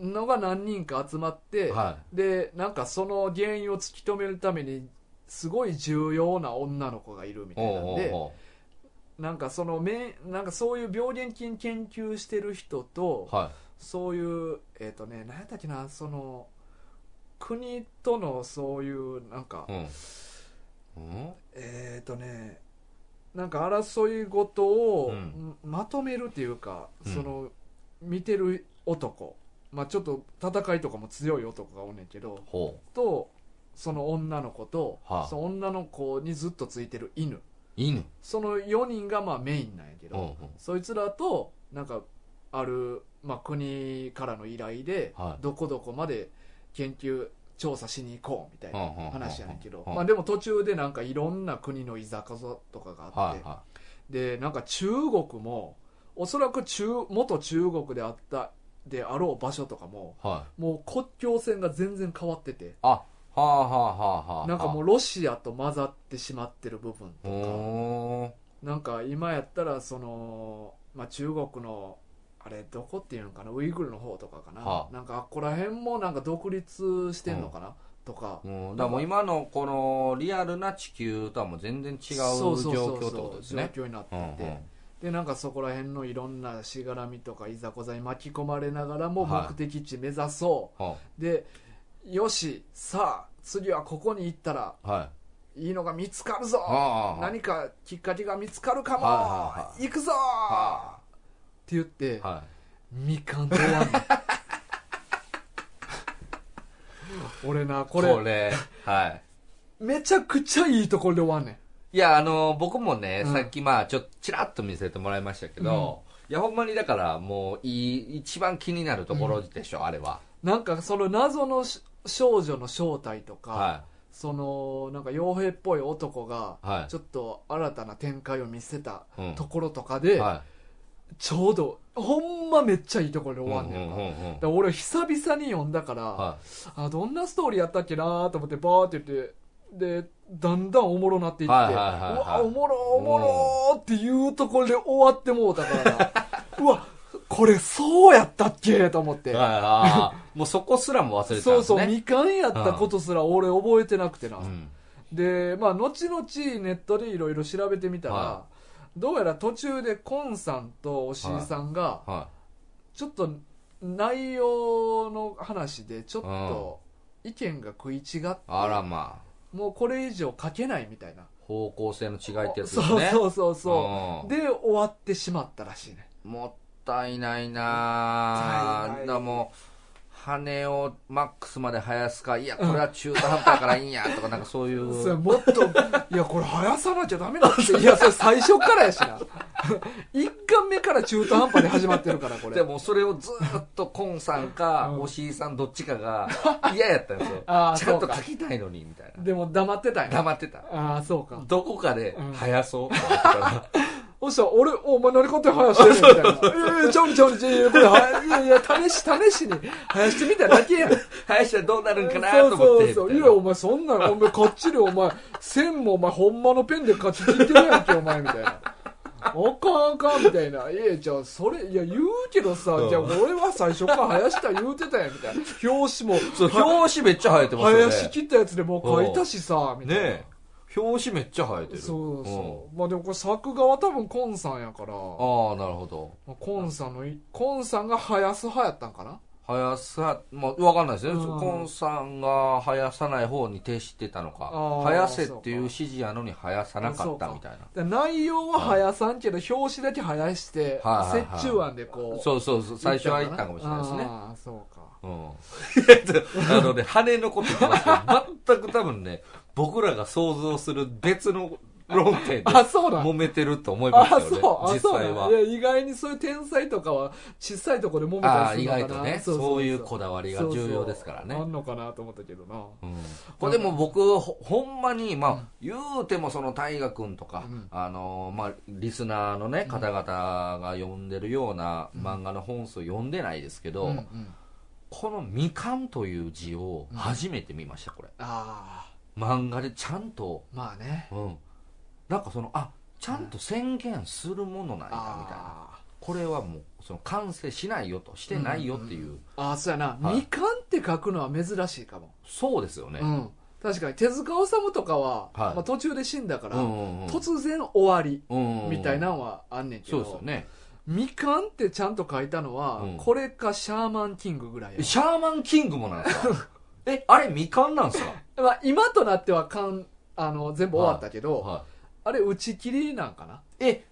[SPEAKER 1] のが何人か集まって、
[SPEAKER 2] は
[SPEAKER 1] でなんかその原因を突き止めるためにすごい重要な女の子がいるみ
[SPEAKER 2] い。
[SPEAKER 1] たいなん
[SPEAKER 2] おう
[SPEAKER 1] で
[SPEAKER 2] おう
[SPEAKER 1] なんかそのめなんかそういう病原菌研究してる人と、
[SPEAKER 2] おうは
[SPEAKER 1] そういうえっ、とね何やったっけなその国とのそういうなんか、
[SPEAKER 2] い。うん。うん
[SPEAKER 1] えっ、とねなんか争い事を
[SPEAKER 2] うん
[SPEAKER 1] んまとめるっていうか、
[SPEAKER 2] うん
[SPEAKER 1] その見てる男、まあ、ちょっと戦いとかも強い男がおんねんけど、
[SPEAKER 2] ほう。
[SPEAKER 1] とその女の子と、
[SPEAKER 2] はあ
[SPEAKER 1] その女の子にずっとついてる犬
[SPEAKER 2] 犬。
[SPEAKER 1] その4人がまあメインなんやけ
[SPEAKER 2] うんう
[SPEAKER 1] ど、
[SPEAKER 2] ん。
[SPEAKER 1] そいつらとなんかある、まあ、国からの依頼で、
[SPEAKER 2] はい
[SPEAKER 1] どこどこまで研究調査しに行こうみたいな
[SPEAKER 2] うんうん
[SPEAKER 1] 話やねんけど、
[SPEAKER 2] うん
[SPEAKER 1] まあ、でも途中でなんかいろんな国のいざこざとかがあっ
[SPEAKER 2] は
[SPEAKER 1] て、
[SPEAKER 2] いは
[SPEAKER 1] でなんか中国もおそらく中元中国であったであろう場所とかも
[SPEAKER 2] い。はい。
[SPEAKER 1] もう国境線が全然変わってて。
[SPEAKER 2] あ、はあはあはあはあ。
[SPEAKER 1] なんかもうロシアと混ざってしまってる部分
[SPEAKER 2] う
[SPEAKER 1] と
[SPEAKER 2] ん。
[SPEAKER 1] かなんか今やったらその、まあ、中国のあれどこっていうのかなウイグルの方とかかな、
[SPEAKER 2] は
[SPEAKER 1] なんかあっこら辺もなんか独立してんのかな、とか
[SPEAKER 2] うん、だからもう今のこのリアルな地球とはもう全然違う状
[SPEAKER 1] そうそうそう
[SPEAKER 2] 況ってことですね。
[SPEAKER 1] 状況になって
[SPEAKER 2] うんうん
[SPEAKER 1] て、でなんかそこら辺のいろんなしがらみとかいざこざに巻き込まれながらも
[SPEAKER 2] はい
[SPEAKER 1] 目的地目指そう、
[SPEAKER 2] は
[SPEAKER 1] でよしさあ次はここに行ったら
[SPEAKER 2] い。はい。
[SPEAKER 1] いいのが見つかるぞ、
[SPEAKER 2] ああ。
[SPEAKER 1] 何かきっかけが見つかるかも、
[SPEAKER 2] はいはいはい
[SPEAKER 1] 行くぞー、
[SPEAKER 2] は
[SPEAKER 1] って言って、
[SPEAKER 2] は
[SPEAKER 1] みかんとわん
[SPEAKER 2] [laughs]
[SPEAKER 1] の俺なこ
[SPEAKER 2] い。
[SPEAKER 1] れ
[SPEAKER 2] こ
[SPEAKER 1] [laughs]
[SPEAKER 2] れ、はい。
[SPEAKER 1] めちゃくちゃいいところで終わんね
[SPEAKER 2] いや、あの、僕もね、
[SPEAKER 1] うん
[SPEAKER 2] さっきまあ、ちょっと、ちらっと見せてもらいましたけど、いや、ほんまにだから、もう、いい、一番気になるところでしょ、あれは。
[SPEAKER 1] んなんかその謎のし少女の正体とか、
[SPEAKER 2] は
[SPEAKER 1] そのなんか傭兵っぽい男が
[SPEAKER 2] い。はい
[SPEAKER 1] ちょっと新たな展開を見せた
[SPEAKER 2] うん
[SPEAKER 1] ところとかで、。
[SPEAKER 2] は
[SPEAKER 1] ちょうどほんまめっちゃいいところで
[SPEAKER 2] い。
[SPEAKER 1] 終わんねんか,、
[SPEAKER 2] ううんうんうん
[SPEAKER 1] だから俺久々に読んだから、
[SPEAKER 2] は
[SPEAKER 1] あどんなストーリーやったっけなと思ってバーって言ってでだんだんおもろなっていって、
[SPEAKER 2] はいはいはいはいう
[SPEAKER 1] わおもろおもろーっていうところで終わってもうたからな [laughs] うわこれそうやったっけと思って、
[SPEAKER 2] ああもうそこすらも忘れてたん
[SPEAKER 1] そう
[SPEAKER 2] です
[SPEAKER 1] そう
[SPEAKER 2] ね
[SPEAKER 1] みかんやったことすら俺覚えてなくてな、
[SPEAKER 2] うん
[SPEAKER 1] でまあ後々ネットでいろいろ調べてみたら、
[SPEAKER 2] は
[SPEAKER 1] どうやら途中でコンさんとおしいさんが
[SPEAKER 2] は
[SPEAKER 1] ちょっと内容の話でちょっと意見が食い違って、
[SPEAKER 2] いあらまあ
[SPEAKER 1] もうこれ以上書けないみたいな、
[SPEAKER 2] 方向性の違いってやつ
[SPEAKER 1] そ
[SPEAKER 2] です
[SPEAKER 1] う
[SPEAKER 2] ね
[SPEAKER 1] そうそうそううんで終わってしまったらしいね
[SPEAKER 2] もったいないな
[SPEAKER 1] もった
[SPEAKER 2] あ
[SPEAKER 1] いない
[SPEAKER 2] だからもう羽をマックスまで生やすかいやこれは中途半端やからいいんや
[SPEAKER 1] [laughs]
[SPEAKER 2] とかなんかそういう
[SPEAKER 1] それもっと [laughs] いやこれ生やさなきゃダメだって [laughs] いやそれ最初からやしな [laughs] 一巻目から中途半端で始まってるからこれ
[SPEAKER 2] でもそれをずーっとコンさんか
[SPEAKER 1] うん
[SPEAKER 2] おしいさんどっち
[SPEAKER 1] [laughs]
[SPEAKER 2] かが嫌やったんですよ
[SPEAKER 1] あー
[SPEAKER 2] ちゃん
[SPEAKER 1] そう
[SPEAKER 2] と
[SPEAKER 1] か
[SPEAKER 2] 書きたいのにみたいな
[SPEAKER 1] でも黙ってたんや
[SPEAKER 2] 黙ってた
[SPEAKER 1] ああそうか
[SPEAKER 2] どこかで
[SPEAKER 1] うん
[SPEAKER 2] 生やそうとか
[SPEAKER 1] [laughs] そしたら俺お前何勝手に生やしてるみたい [laughs] な「ええちょんちょんちょんこれはいやいや試し試しに生やしてみただけやん」
[SPEAKER 2] 生やしたらどうなるんかな
[SPEAKER 1] そう
[SPEAKER 2] と思って
[SPEAKER 1] そうそう
[SPEAKER 2] み
[SPEAKER 1] い
[SPEAKER 2] たい
[SPEAKER 1] や
[SPEAKER 2] な
[SPEAKER 1] お前そんなんお前かっちりお前線もお前ほんまのペンで勝ち切ってるやんけお前みたいな。あかんあかんみたいな「いやじゃあそれいや言うけどさ、
[SPEAKER 2] うん
[SPEAKER 1] じゃあ俺は最初から林田言うてたやん」みたいな表紙も
[SPEAKER 2] そう表紙めっちゃ生えてますよね
[SPEAKER 1] 林切ったやつでもう書いたしさみたいな、
[SPEAKER 2] ねえ表紙めっちゃ生えてる
[SPEAKER 1] そうそう、まあでもこれ作画は多分コンさんやから
[SPEAKER 2] うんああなるほど
[SPEAKER 1] まあコンさんのいコンさんがやす派やったんかな
[SPEAKER 2] 生やさ、まあ、わかんないですね。
[SPEAKER 1] うん
[SPEAKER 2] コンさんが生やさない方に徹してたのか
[SPEAKER 1] あー、
[SPEAKER 2] 生やせっていう指示やのに生やさなかったみたい
[SPEAKER 1] で
[SPEAKER 2] な。
[SPEAKER 1] 内容は林さんけど表紙だけ林して
[SPEAKER 2] はいはいはい
[SPEAKER 1] 折衷案でこう
[SPEAKER 2] そうそうそう、最初は言ったかもしれないですね。
[SPEAKER 1] ああそうか
[SPEAKER 2] うん。 [laughs] あのね、羽のこと言ってますけど、全く多分ね、僕らが想像する別の論点で
[SPEAKER 1] あそうなん
[SPEAKER 2] 揉めてると思いま
[SPEAKER 1] あ
[SPEAKER 2] すよ
[SPEAKER 1] そう
[SPEAKER 2] ね、
[SPEAKER 1] あ
[SPEAKER 2] 実
[SPEAKER 1] そう
[SPEAKER 2] 際
[SPEAKER 1] なん。
[SPEAKER 2] はい
[SPEAKER 1] や意外にそういう天才とかは小さいとこで揉め
[SPEAKER 2] あ
[SPEAKER 1] た
[SPEAKER 2] あ、
[SPEAKER 1] り
[SPEAKER 2] 意
[SPEAKER 1] するのかな
[SPEAKER 2] 外とね、そういうこだわりが重要ですから
[SPEAKER 1] そう
[SPEAKER 2] ね
[SPEAKER 1] そう。あんのかなと思ったけどな
[SPEAKER 2] これでも僕ほほんまに、まあ言うてもその大河君とか、
[SPEAKER 1] うん
[SPEAKER 2] あのーまあ、リスナーの、ね、方々が読んでるような
[SPEAKER 1] うん
[SPEAKER 2] 漫画の本数読んでないですけど、
[SPEAKER 1] うんうん
[SPEAKER 2] この「みかん」という字を初めて見ましたこれ
[SPEAKER 1] ああ
[SPEAKER 2] 漫画でちゃんと、
[SPEAKER 1] まあね
[SPEAKER 2] うん、なんかそのあちゃんと宣言するものなんやみたいな
[SPEAKER 1] あ
[SPEAKER 2] これはもうその完成しないよとしてないよっていう、
[SPEAKER 1] あああそうやな、
[SPEAKER 2] はい
[SPEAKER 1] みかんって書くのは珍しいかも、
[SPEAKER 2] そうですよね、
[SPEAKER 1] うん確かに手塚治虫とかは、
[SPEAKER 2] はい
[SPEAKER 1] まあ、途中で死んだから、
[SPEAKER 2] うんうんうん
[SPEAKER 1] 突然終わり
[SPEAKER 2] うんうん
[SPEAKER 1] みたいなのはあんねんけ
[SPEAKER 2] そ
[SPEAKER 1] ど、
[SPEAKER 2] うですよね
[SPEAKER 1] みかんってちゃんと書いたのは、
[SPEAKER 2] うん
[SPEAKER 1] これかシャーマンキングぐらいや
[SPEAKER 2] シャーマンキングもなんです
[SPEAKER 1] [laughs]
[SPEAKER 2] かえ、あれみかんなんですか
[SPEAKER 1] まあ、今となってはかんあの全部終わったけど、
[SPEAKER 2] は。
[SPEAKER 1] あれ打ち切りなんかない
[SPEAKER 2] え、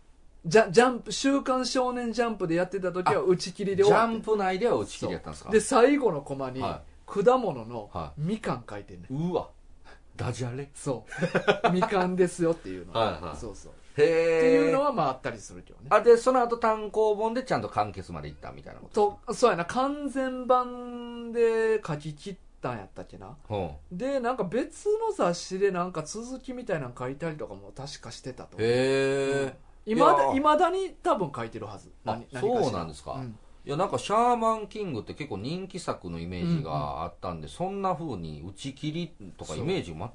[SPEAKER 1] ジャジャンプ「週刊少年ジャンプ」でやってた時は打ち切り
[SPEAKER 2] ジ
[SPEAKER 1] で終
[SPEAKER 2] ャ
[SPEAKER 1] わ
[SPEAKER 2] ン
[SPEAKER 1] っ
[SPEAKER 2] プ内では打ち切りやったんです
[SPEAKER 1] た
[SPEAKER 2] か
[SPEAKER 1] で最後のコマに、
[SPEAKER 2] は
[SPEAKER 1] 果物の
[SPEAKER 2] は
[SPEAKER 1] みかん書いてんねん
[SPEAKER 2] うわ、ダジャレ
[SPEAKER 1] そう [laughs] みかんですよっていうの
[SPEAKER 2] はいはい
[SPEAKER 1] そうそう、っていう
[SPEAKER 2] へ
[SPEAKER 1] の
[SPEAKER 2] ー
[SPEAKER 1] はまああったりするけどね
[SPEAKER 2] あ、で、その後単行本でちゃんと完結までいったみたいなこと
[SPEAKER 1] そうやな完全版で書き切ったんやったっけな
[SPEAKER 2] と。うん。
[SPEAKER 1] でなんか別の雑誌でなんか続きみたいなの書いたりとかも確かしてたと思う
[SPEAKER 2] へ
[SPEAKER 1] いま
[SPEAKER 2] いや
[SPEAKER 1] だ
[SPEAKER 2] ー
[SPEAKER 1] いまだに多分書いてるはず
[SPEAKER 2] あ
[SPEAKER 1] 何何かしら
[SPEAKER 2] そうなんですか
[SPEAKER 1] うん
[SPEAKER 2] ー。いや、なんかシャーマンキングって結構人気作のイメージがあったんで、そんな風に打ち切りとかイメージ全く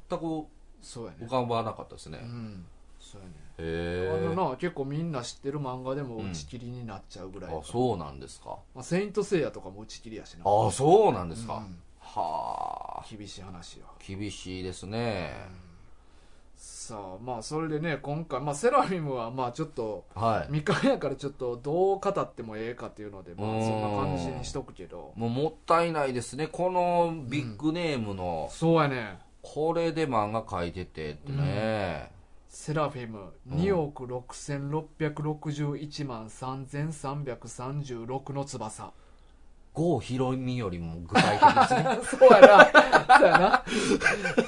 [SPEAKER 1] そうやね
[SPEAKER 2] 浮かばなかったです
[SPEAKER 1] う
[SPEAKER 2] ね。
[SPEAKER 1] んそうやね
[SPEAKER 2] へ
[SPEAKER 1] あ
[SPEAKER 2] ー。
[SPEAKER 1] のな結構みんな知ってる漫画でも
[SPEAKER 2] うん
[SPEAKER 1] 打ち切りになっちゃうぐらいだ
[SPEAKER 2] あ、
[SPEAKER 1] から
[SPEAKER 2] そうなんですか。
[SPEAKER 1] まあ、セイント・セイヤとかも打ち切りやしな
[SPEAKER 2] あ、そうなんです
[SPEAKER 1] う
[SPEAKER 2] か。
[SPEAKER 1] ん
[SPEAKER 2] はあ。
[SPEAKER 1] 厳しい話よ
[SPEAKER 2] 厳しいですね。
[SPEAKER 1] さあまあそれでね今回、まあ、セラフィムはまあちょっと
[SPEAKER 2] はい。
[SPEAKER 1] 未完やからちょっとどう語ってもええかっていうので、まあ、
[SPEAKER 2] うーん
[SPEAKER 1] そんな感じにしとくけど
[SPEAKER 2] もうもったいないですね。このビッグネームの、
[SPEAKER 1] そうやね
[SPEAKER 2] これで漫画書いててってね。
[SPEAKER 1] セラフィム
[SPEAKER 2] うん
[SPEAKER 1] 2億6661万3336の翼
[SPEAKER 2] [laughs] 郷ひろみよりも具体的です
[SPEAKER 1] [laughs]
[SPEAKER 2] ね。
[SPEAKER 1] そうやなそうや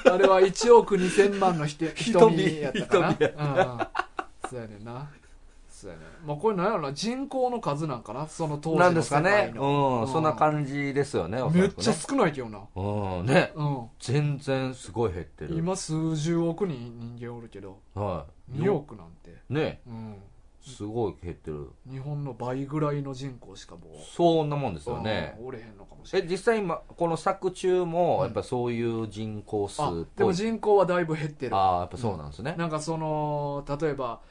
[SPEAKER 1] なあれは1億2000万の人瞳やったかな
[SPEAKER 2] [laughs] 瞳
[SPEAKER 1] うん、そうやねんなそうやねまあこれなんやろな人口の数なんかなその当時の
[SPEAKER 2] なんですかね
[SPEAKER 1] 世界。
[SPEAKER 2] う
[SPEAKER 1] の
[SPEAKER 2] ん。そんな感じですよね、おそ
[SPEAKER 1] め
[SPEAKER 2] ら
[SPEAKER 1] っ
[SPEAKER 2] く
[SPEAKER 1] ちゃ
[SPEAKER 2] ね。
[SPEAKER 1] 少ないけどな、
[SPEAKER 2] うん。ね。
[SPEAKER 1] う
[SPEAKER 2] 全然すごい減って
[SPEAKER 1] ん、
[SPEAKER 2] る。
[SPEAKER 1] 今数十億人人間おるけど
[SPEAKER 2] はい。
[SPEAKER 1] 2億なんて、
[SPEAKER 2] ね。
[SPEAKER 1] うん、
[SPEAKER 2] すごい減ってる。
[SPEAKER 1] 日本の倍ぐらいの人口しかも
[SPEAKER 2] そんなもんです
[SPEAKER 1] う
[SPEAKER 2] よね
[SPEAKER 1] う。んおれへんのかもしれない
[SPEAKER 2] え、実際今、この作中も、やっぱそういう人口数っ
[SPEAKER 1] あで
[SPEAKER 2] ぽ
[SPEAKER 1] も
[SPEAKER 2] い。
[SPEAKER 1] 人口はだいぶ減ってる
[SPEAKER 2] ああ、やっぱそうなんですね。
[SPEAKER 1] なんかその例えば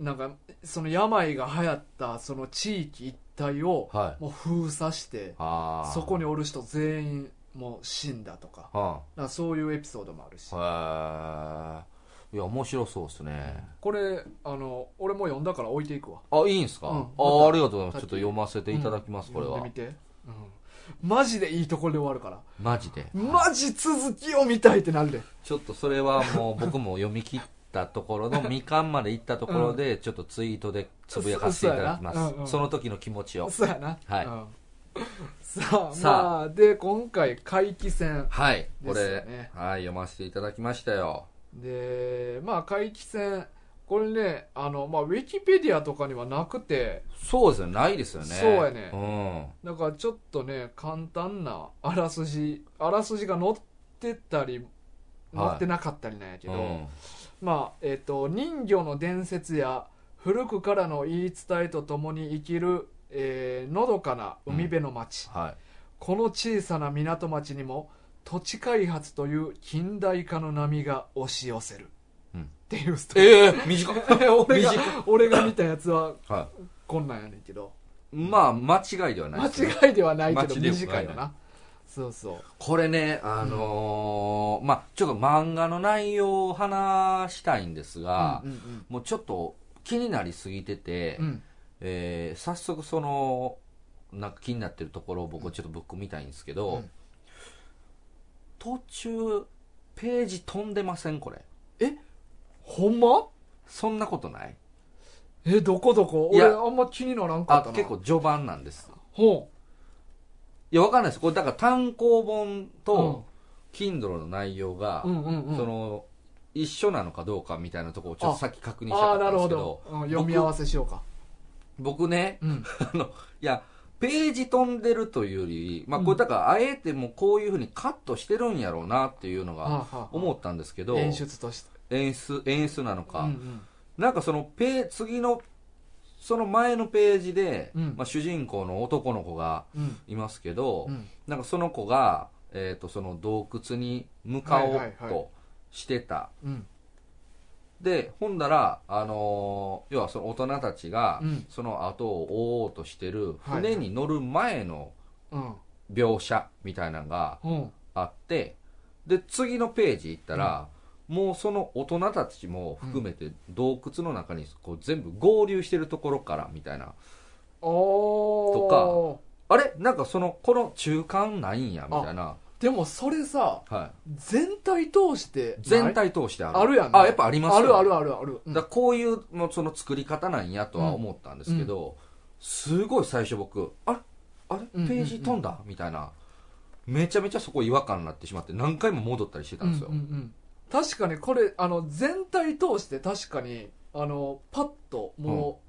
[SPEAKER 1] なんかその病が流行ったその地域一帯を
[SPEAKER 2] はい
[SPEAKER 1] もう封鎖して
[SPEAKER 2] ああ
[SPEAKER 1] そこにおる人全員もう死んだとか
[SPEAKER 2] は
[SPEAKER 1] なんかそういうエピソードもあるし
[SPEAKER 2] あへえいや面白そうですね、
[SPEAKER 1] これあの俺も読んだから置いていくわ
[SPEAKER 2] あいいんすか、
[SPEAKER 1] うん
[SPEAKER 2] ああありがとうございますち
[SPEAKER 1] さ
[SPEAKER 2] ょっ
[SPEAKER 1] っき
[SPEAKER 2] と読ませていただきます、これ
[SPEAKER 1] 読
[SPEAKER 2] は
[SPEAKER 1] んでみて、うん、マジでいいところで終わるから
[SPEAKER 2] マジで
[SPEAKER 1] マジ続きを見たいってなんで
[SPEAKER 2] ちょっとそれは
[SPEAKER 1] [laughs]
[SPEAKER 2] もう僕も読み切ったところの未完まで行ったところでちょっとツイートでつぶやかせていただきます、
[SPEAKER 1] そうやなうんうん
[SPEAKER 2] その時の気持ちを
[SPEAKER 1] そうやな、
[SPEAKER 2] はい
[SPEAKER 1] うんさあ
[SPEAKER 2] さあ
[SPEAKER 1] まあで今回回帰戦
[SPEAKER 2] はいこ
[SPEAKER 1] です
[SPEAKER 2] れ
[SPEAKER 1] よ、ね
[SPEAKER 2] はい読ませていただきましたよ
[SPEAKER 1] でまあ回帰戦これねあの、まあ、ウィキペディアとかにはなくて
[SPEAKER 2] そうですよないですよね
[SPEAKER 1] そうやね
[SPEAKER 2] うん
[SPEAKER 1] だからちょっとね簡単なあらすじあらすじが載ってたり載ってなかったりなんやけど、
[SPEAKER 2] うん
[SPEAKER 1] まあえっと人魚の伝説や古くからの言い伝えとともに生きる、えーのどかな海辺の町、
[SPEAKER 2] はい
[SPEAKER 1] この小さな港町にも土地開発という近代化の波が押し寄せる、
[SPEAKER 2] うん
[SPEAKER 1] っていうストーリー
[SPEAKER 2] ええ短い
[SPEAKER 1] [laughs] 俺が
[SPEAKER 2] 短い
[SPEAKER 1] 俺が見たやつは
[SPEAKER 2] は
[SPEAKER 1] こんなんやねんけど
[SPEAKER 2] いまあ間違いではない
[SPEAKER 1] 間
[SPEAKER 2] ですね
[SPEAKER 1] 違いではないけど
[SPEAKER 2] 間違いではない
[SPEAKER 1] 短いよなそうそう
[SPEAKER 2] これねあのーまあちょっと漫画の内容を話したいんですが、
[SPEAKER 1] うんうん
[SPEAKER 2] もうちょっと気になりすぎてて、
[SPEAKER 1] うん
[SPEAKER 2] えー早速そのなんか気になってるところを僕ちょっとブック見たいんですけど、
[SPEAKER 1] うん
[SPEAKER 2] 途中ページ飛んでませんこれ
[SPEAKER 1] ほんま
[SPEAKER 2] そんなことない
[SPEAKER 1] えどこどこ
[SPEAKER 2] い
[SPEAKER 1] 俺
[SPEAKER 2] や
[SPEAKER 1] あんま気にならんか
[SPEAKER 2] あ
[SPEAKER 1] ったな
[SPEAKER 2] 結構序盤なんです
[SPEAKER 1] ほ
[SPEAKER 2] いやわかんないですこれだから単行本
[SPEAKER 1] うん
[SPEAKER 2] と Kindle の内容が、
[SPEAKER 1] ううんうんうん
[SPEAKER 2] その一緒なのかどうかみたいなところをちょっとさっき確認した
[SPEAKER 1] あ
[SPEAKER 2] か
[SPEAKER 1] あ
[SPEAKER 2] った
[SPEAKER 1] なんる
[SPEAKER 2] です
[SPEAKER 1] ほ
[SPEAKER 2] けど
[SPEAKER 1] ど、うん読み合わせしようか
[SPEAKER 2] 僕ね [laughs]
[SPEAKER 1] うん
[SPEAKER 2] あの、いや、ページ飛んでるというより、まあ、これだから、あえてもうこういうふうにカットしてるんやろうなっていうの
[SPEAKER 1] はあは
[SPEAKER 2] が
[SPEAKER 1] あはあ
[SPEAKER 2] 思ったんですけど、
[SPEAKER 1] 演出として
[SPEAKER 2] 演出、演出なの
[SPEAKER 1] う
[SPEAKER 2] か、
[SPEAKER 1] ん
[SPEAKER 2] なんかそのペー、次の、その前のページで、
[SPEAKER 1] うん
[SPEAKER 2] まあ、主人公の男の子が
[SPEAKER 1] うんうん
[SPEAKER 2] いますけど、
[SPEAKER 1] うん
[SPEAKER 2] なんかその子が、えっ、と、その洞窟に向かお
[SPEAKER 1] は
[SPEAKER 2] う
[SPEAKER 1] いはいは
[SPEAKER 2] としてた。
[SPEAKER 1] うん
[SPEAKER 2] で、ほんだら、あのー要はその大人たちが
[SPEAKER 1] うん、
[SPEAKER 2] その後を追おうとしてる、
[SPEAKER 1] はい
[SPEAKER 2] 船に乗る前の
[SPEAKER 1] うん
[SPEAKER 2] 描写みたいなのが
[SPEAKER 1] うん
[SPEAKER 2] あって、で、次のページ行ったら、もうその大人たちも含めて洞窟の中にこう全部合流してるところからみたいな。
[SPEAKER 1] おー
[SPEAKER 2] あれなんかその、この中間ないんやみたいな。
[SPEAKER 1] でもそれさ
[SPEAKER 2] はい。
[SPEAKER 1] 全体通して
[SPEAKER 2] 全体通してある。
[SPEAKER 1] あるやんな
[SPEAKER 2] あ、やっぱあります
[SPEAKER 1] あるあ
[SPEAKER 2] る。
[SPEAKER 1] るあるあるうん
[SPEAKER 2] だからこういうもうその作り方なんやとは思ったんですけど、すごい最初僕あれあれペ
[SPEAKER 1] うん
[SPEAKER 2] ージ飛んだ、みたいなめちゃめちゃそこ違和感になってしまって何回も戻ったりしてたんですよ、
[SPEAKER 1] うんうんうん確かにこれあの全体通して確かにあのパッとも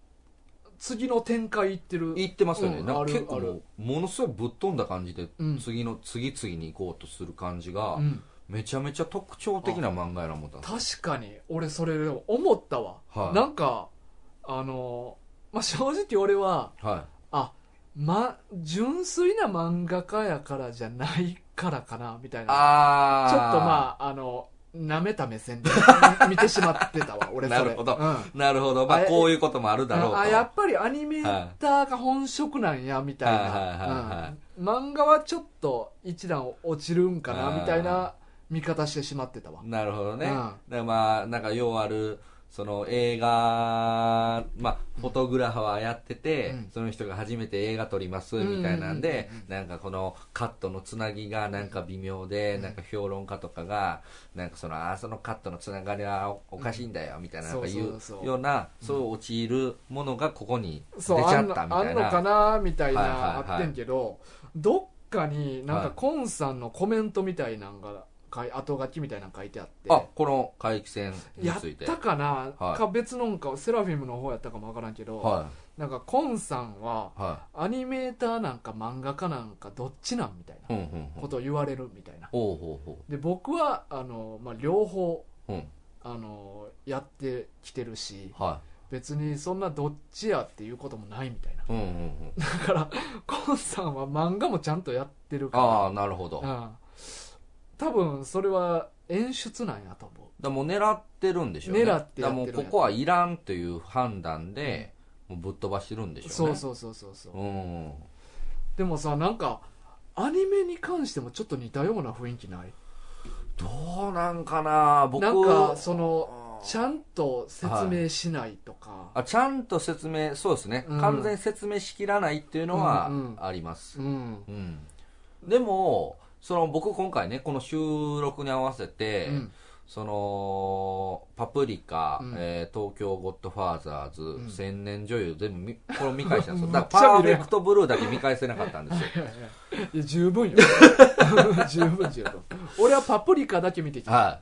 [SPEAKER 1] う、次の展開いってる
[SPEAKER 2] 言ってますよね、
[SPEAKER 1] うん
[SPEAKER 2] なん
[SPEAKER 1] あ
[SPEAKER 2] か
[SPEAKER 1] る
[SPEAKER 2] 結構もうものすごいぶっ飛んだ感じで
[SPEAKER 1] うん
[SPEAKER 2] 次の次々に行こうとする感じが
[SPEAKER 1] うん
[SPEAKER 2] めちゃめちゃ特徴的な漫画やな思ったんですよ
[SPEAKER 1] 確かに俺それ思ったわ、
[SPEAKER 2] はい
[SPEAKER 1] なんかあの、まあ、正直俺は、
[SPEAKER 2] は
[SPEAKER 1] ま、純粋な漫画家やからじゃないからかなみたい
[SPEAKER 2] い、
[SPEAKER 1] なちょ
[SPEAKER 2] あ
[SPEAKER 1] っと
[SPEAKER 2] あ
[SPEAKER 1] まああのなめた目線で見てしまってたわ俺それ
[SPEAKER 2] [laughs] なるほど
[SPEAKER 1] うんあ
[SPEAKER 2] なるほど、まあ、
[SPEAKER 1] あ
[SPEAKER 2] こういうこともあるだろうと
[SPEAKER 1] あやっぱりアニメーターが本職なんやみたい
[SPEAKER 2] はいはいはいは
[SPEAKER 1] なうん漫画はちょっと一段落ちるんかなみたいな見方してしまってたわ
[SPEAKER 2] なるほどね、
[SPEAKER 1] うん
[SPEAKER 2] だからまあなんかようあるその映画まあフォトグラファーやってて、
[SPEAKER 1] うん
[SPEAKER 2] その人が初めて映画撮りますみたいなんで、
[SPEAKER 1] うんうんうんうん
[SPEAKER 2] なんかこのカットのつなぎがなんか微妙で、なんか評論家とかがなんかそのあーそのカットのつながりはおおかしいんだよみたいな,、
[SPEAKER 1] うん
[SPEAKER 2] なんかいう
[SPEAKER 1] そうそうそう
[SPEAKER 2] ようなそう陥るものがここに出ち
[SPEAKER 1] そうあ
[SPEAKER 2] ゃ
[SPEAKER 1] ん
[SPEAKER 2] っ
[SPEAKER 1] の
[SPEAKER 2] たみ
[SPEAKER 1] あ
[SPEAKER 2] た
[SPEAKER 1] ん
[SPEAKER 2] い
[SPEAKER 1] の
[SPEAKER 2] な
[SPEAKER 1] かなみたい
[SPEAKER 2] はいはい
[SPEAKER 1] な
[SPEAKER 2] はい
[SPEAKER 1] あってんけどどっかになん
[SPEAKER 2] は
[SPEAKER 1] か
[SPEAKER 2] い
[SPEAKER 1] コンさんのコメントみたいなんが書い後書きみたいなの書いてあって
[SPEAKER 2] あこの回帰戦に
[SPEAKER 1] や
[SPEAKER 2] つい
[SPEAKER 1] ってたかな
[SPEAKER 2] はい
[SPEAKER 1] か別のんかセラフィムの方やったかもわからんけど
[SPEAKER 2] は
[SPEAKER 1] なんかコンさんはい
[SPEAKER 2] は
[SPEAKER 1] アニメーターなんか漫画家なんかどっちなんみたい
[SPEAKER 2] い
[SPEAKER 1] な
[SPEAKER 2] うんうんうん
[SPEAKER 1] ことを言われるみたいな
[SPEAKER 2] ほうほうほ
[SPEAKER 1] で僕はあの、まあ、両方
[SPEAKER 2] ううん
[SPEAKER 1] あのやってきてるし
[SPEAKER 2] は
[SPEAKER 1] 別にそんなどっちやっていうこともないみたいない
[SPEAKER 2] うんうんうん
[SPEAKER 1] だから、コンさんは漫画もちゃんとやってる
[SPEAKER 2] あ
[SPEAKER 1] か
[SPEAKER 2] あなるほど、
[SPEAKER 1] ら、うん多分それは演出なんやと思
[SPEAKER 2] だからもう狙ってるんでしょうね
[SPEAKER 1] 狙ってや
[SPEAKER 2] だ
[SPEAKER 1] っ
[SPEAKER 2] からも
[SPEAKER 1] てる
[SPEAKER 2] うここはいらんという判断で、もうぶっ飛ばしてるんでし
[SPEAKER 1] う
[SPEAKER 2] ょうね
[SPEAKER 1] そうそうそうそうそう
[SPEAKER 2] うん
[SPEAKER 1] でもさなんかアニメに関してもちょっと似たような雰囲気ない
[SPEAKER 2] どうなんかな僕
[SPEAKER 1] なんかその
[SPEAKER 2] うん
[SPEAKER 1] ちゃんと説明しないとか、
[SPEAKER 2] あちゃんと説明そうですね、
[SPEAKER 1] うん
[SPEAKER 2] 完全に説明しきらないっていうのは
[SPEAKER 1] うんうん
[SPEAKER 2] あります、
[SPEAKER 1] うん
[SPEAKER 2] うんでもその僕今回ねこの収録に合わせて、
[SPEAKER 1] うん
[SPEAKER 2] そのパプリカ、
[SPEAKER 1] うん
[SPEAKER 2] えー東京ゴッドファーザーズ、
[SPEAKER 1] うん
[SPEAKER 2] 千年女優全部見これ見返したんですよだか
[SPEAKER 1] めっ
[SPEAKER 2] ら
[SPEAKER 1] ちゃ
[SPEAKER 2] パー
[SPEAKER 1] 見る
[SPEAKER 2] フ
[SPEAKER 1] やん
[SPEAKER 2] ェクトブルーだけ見返せなかったん
[SPEAKER 1] [laughs]
[SPEAKER 2] ですよ
[SPEAKER 1] いや十分よ [laughs] 十分十分俺はパプリカだけ見てきた、
[SPEAKER 2] は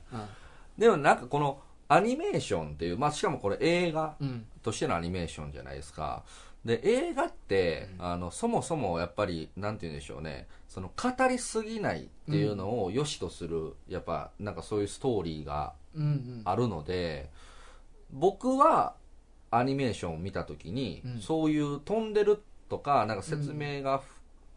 [SPEAKER 2] いでもなんかこのアニメーションっていう、まあ、しかもこれ映画
[SPEAKER 1] うん
[SPEAKER 2] としてのアニメーションじゃないですかで映画って、あのそもそもやっぱりなんて言うんでしょうねその語りすぎないっていうのを良しとする、やっぱなんかそういうストーリーが
[SPEAKER 1] うんうん
[SPEAKER 2] あるので僕はアニメーションを見た時に、
[SPEAKER 1] うん
[SPEAKER 2] そういう飛んでるとかなんか説明がふ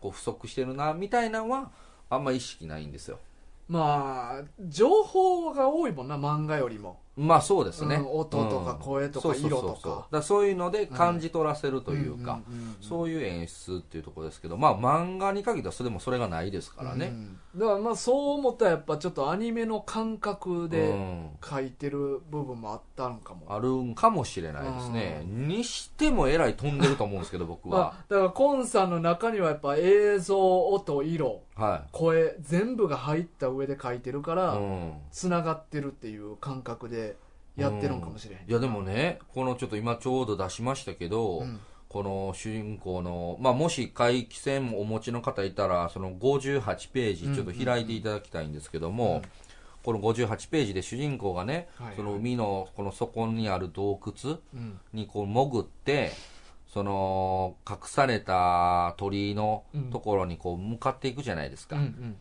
[SPEAKER 2] こう不足してるなみたいなのはあんま意識ないんですよ
[SPEAKER 1] まあ情報が多いもんな漫画よりも
[SPEAKER 2] まあそうですね、
[SPEAKER 1] うん音とか
[SPEAKER 2] うん
[SPEAKER 1] 声とか
[SPEAKER 2] そうそうそうそう
[SPEAKER 1] 色とか
[SPEAKER 2] だらそういうので感じ取らせるというか、
[SPEAKER 1] んんんん
[SPEAKER 2] そういう演出っていうところですけど、まあ漫画に限ってはそれでもそれがないですからね。
[SPEAKER 1] うんだからまあそう思ったらやっぱちょっとアニメの感覚
[SPEAKER 2] う
[SPEAKER 1] で
[SPEAKER 2] ん
[SPEAKER 1] 書いてる部分もあったんかも、
[SPEAKER 2] あるんかもしれないですね。にしてもえらい飛んでると思うんですけど、僕は。
[SPEAKER 1] [laughs] まあ、だからコンさんの中にはやっぱ映像音色
[SPEAKER 2] は
[SPEAKER 1] 声全部が入った上で書いてるか
[SPEAKER 2] い。
[SPEAKER 1] ら、
[SPEAKER 2] うん。
[SPEAKER 1] つながってるっていう感覚でやってるんかもしれへん、
[SPEAKER 2] いやでもね、このちょっと今ちょうど出しましたけど、
[SPEAKER 1] うん
[SPEAKER 2] この主人公の、まあ、もし回帰戦お持ちの方いたら、その58ページちょっと開いていただきたいんですけども、この58ページで主人公がね、
[SPEAKER 1] はいはい
[SPEAKER 2] その海のこの底にある洞窟
[SPEAKER 1] うん
[SPEAKER 2] にこう潜って、その隠された鳥居のところにこう向かっていくじゃないです
[SPEAKER 1] う
[SPEAKER 2] か。
[SPEAKER 1] んうんうん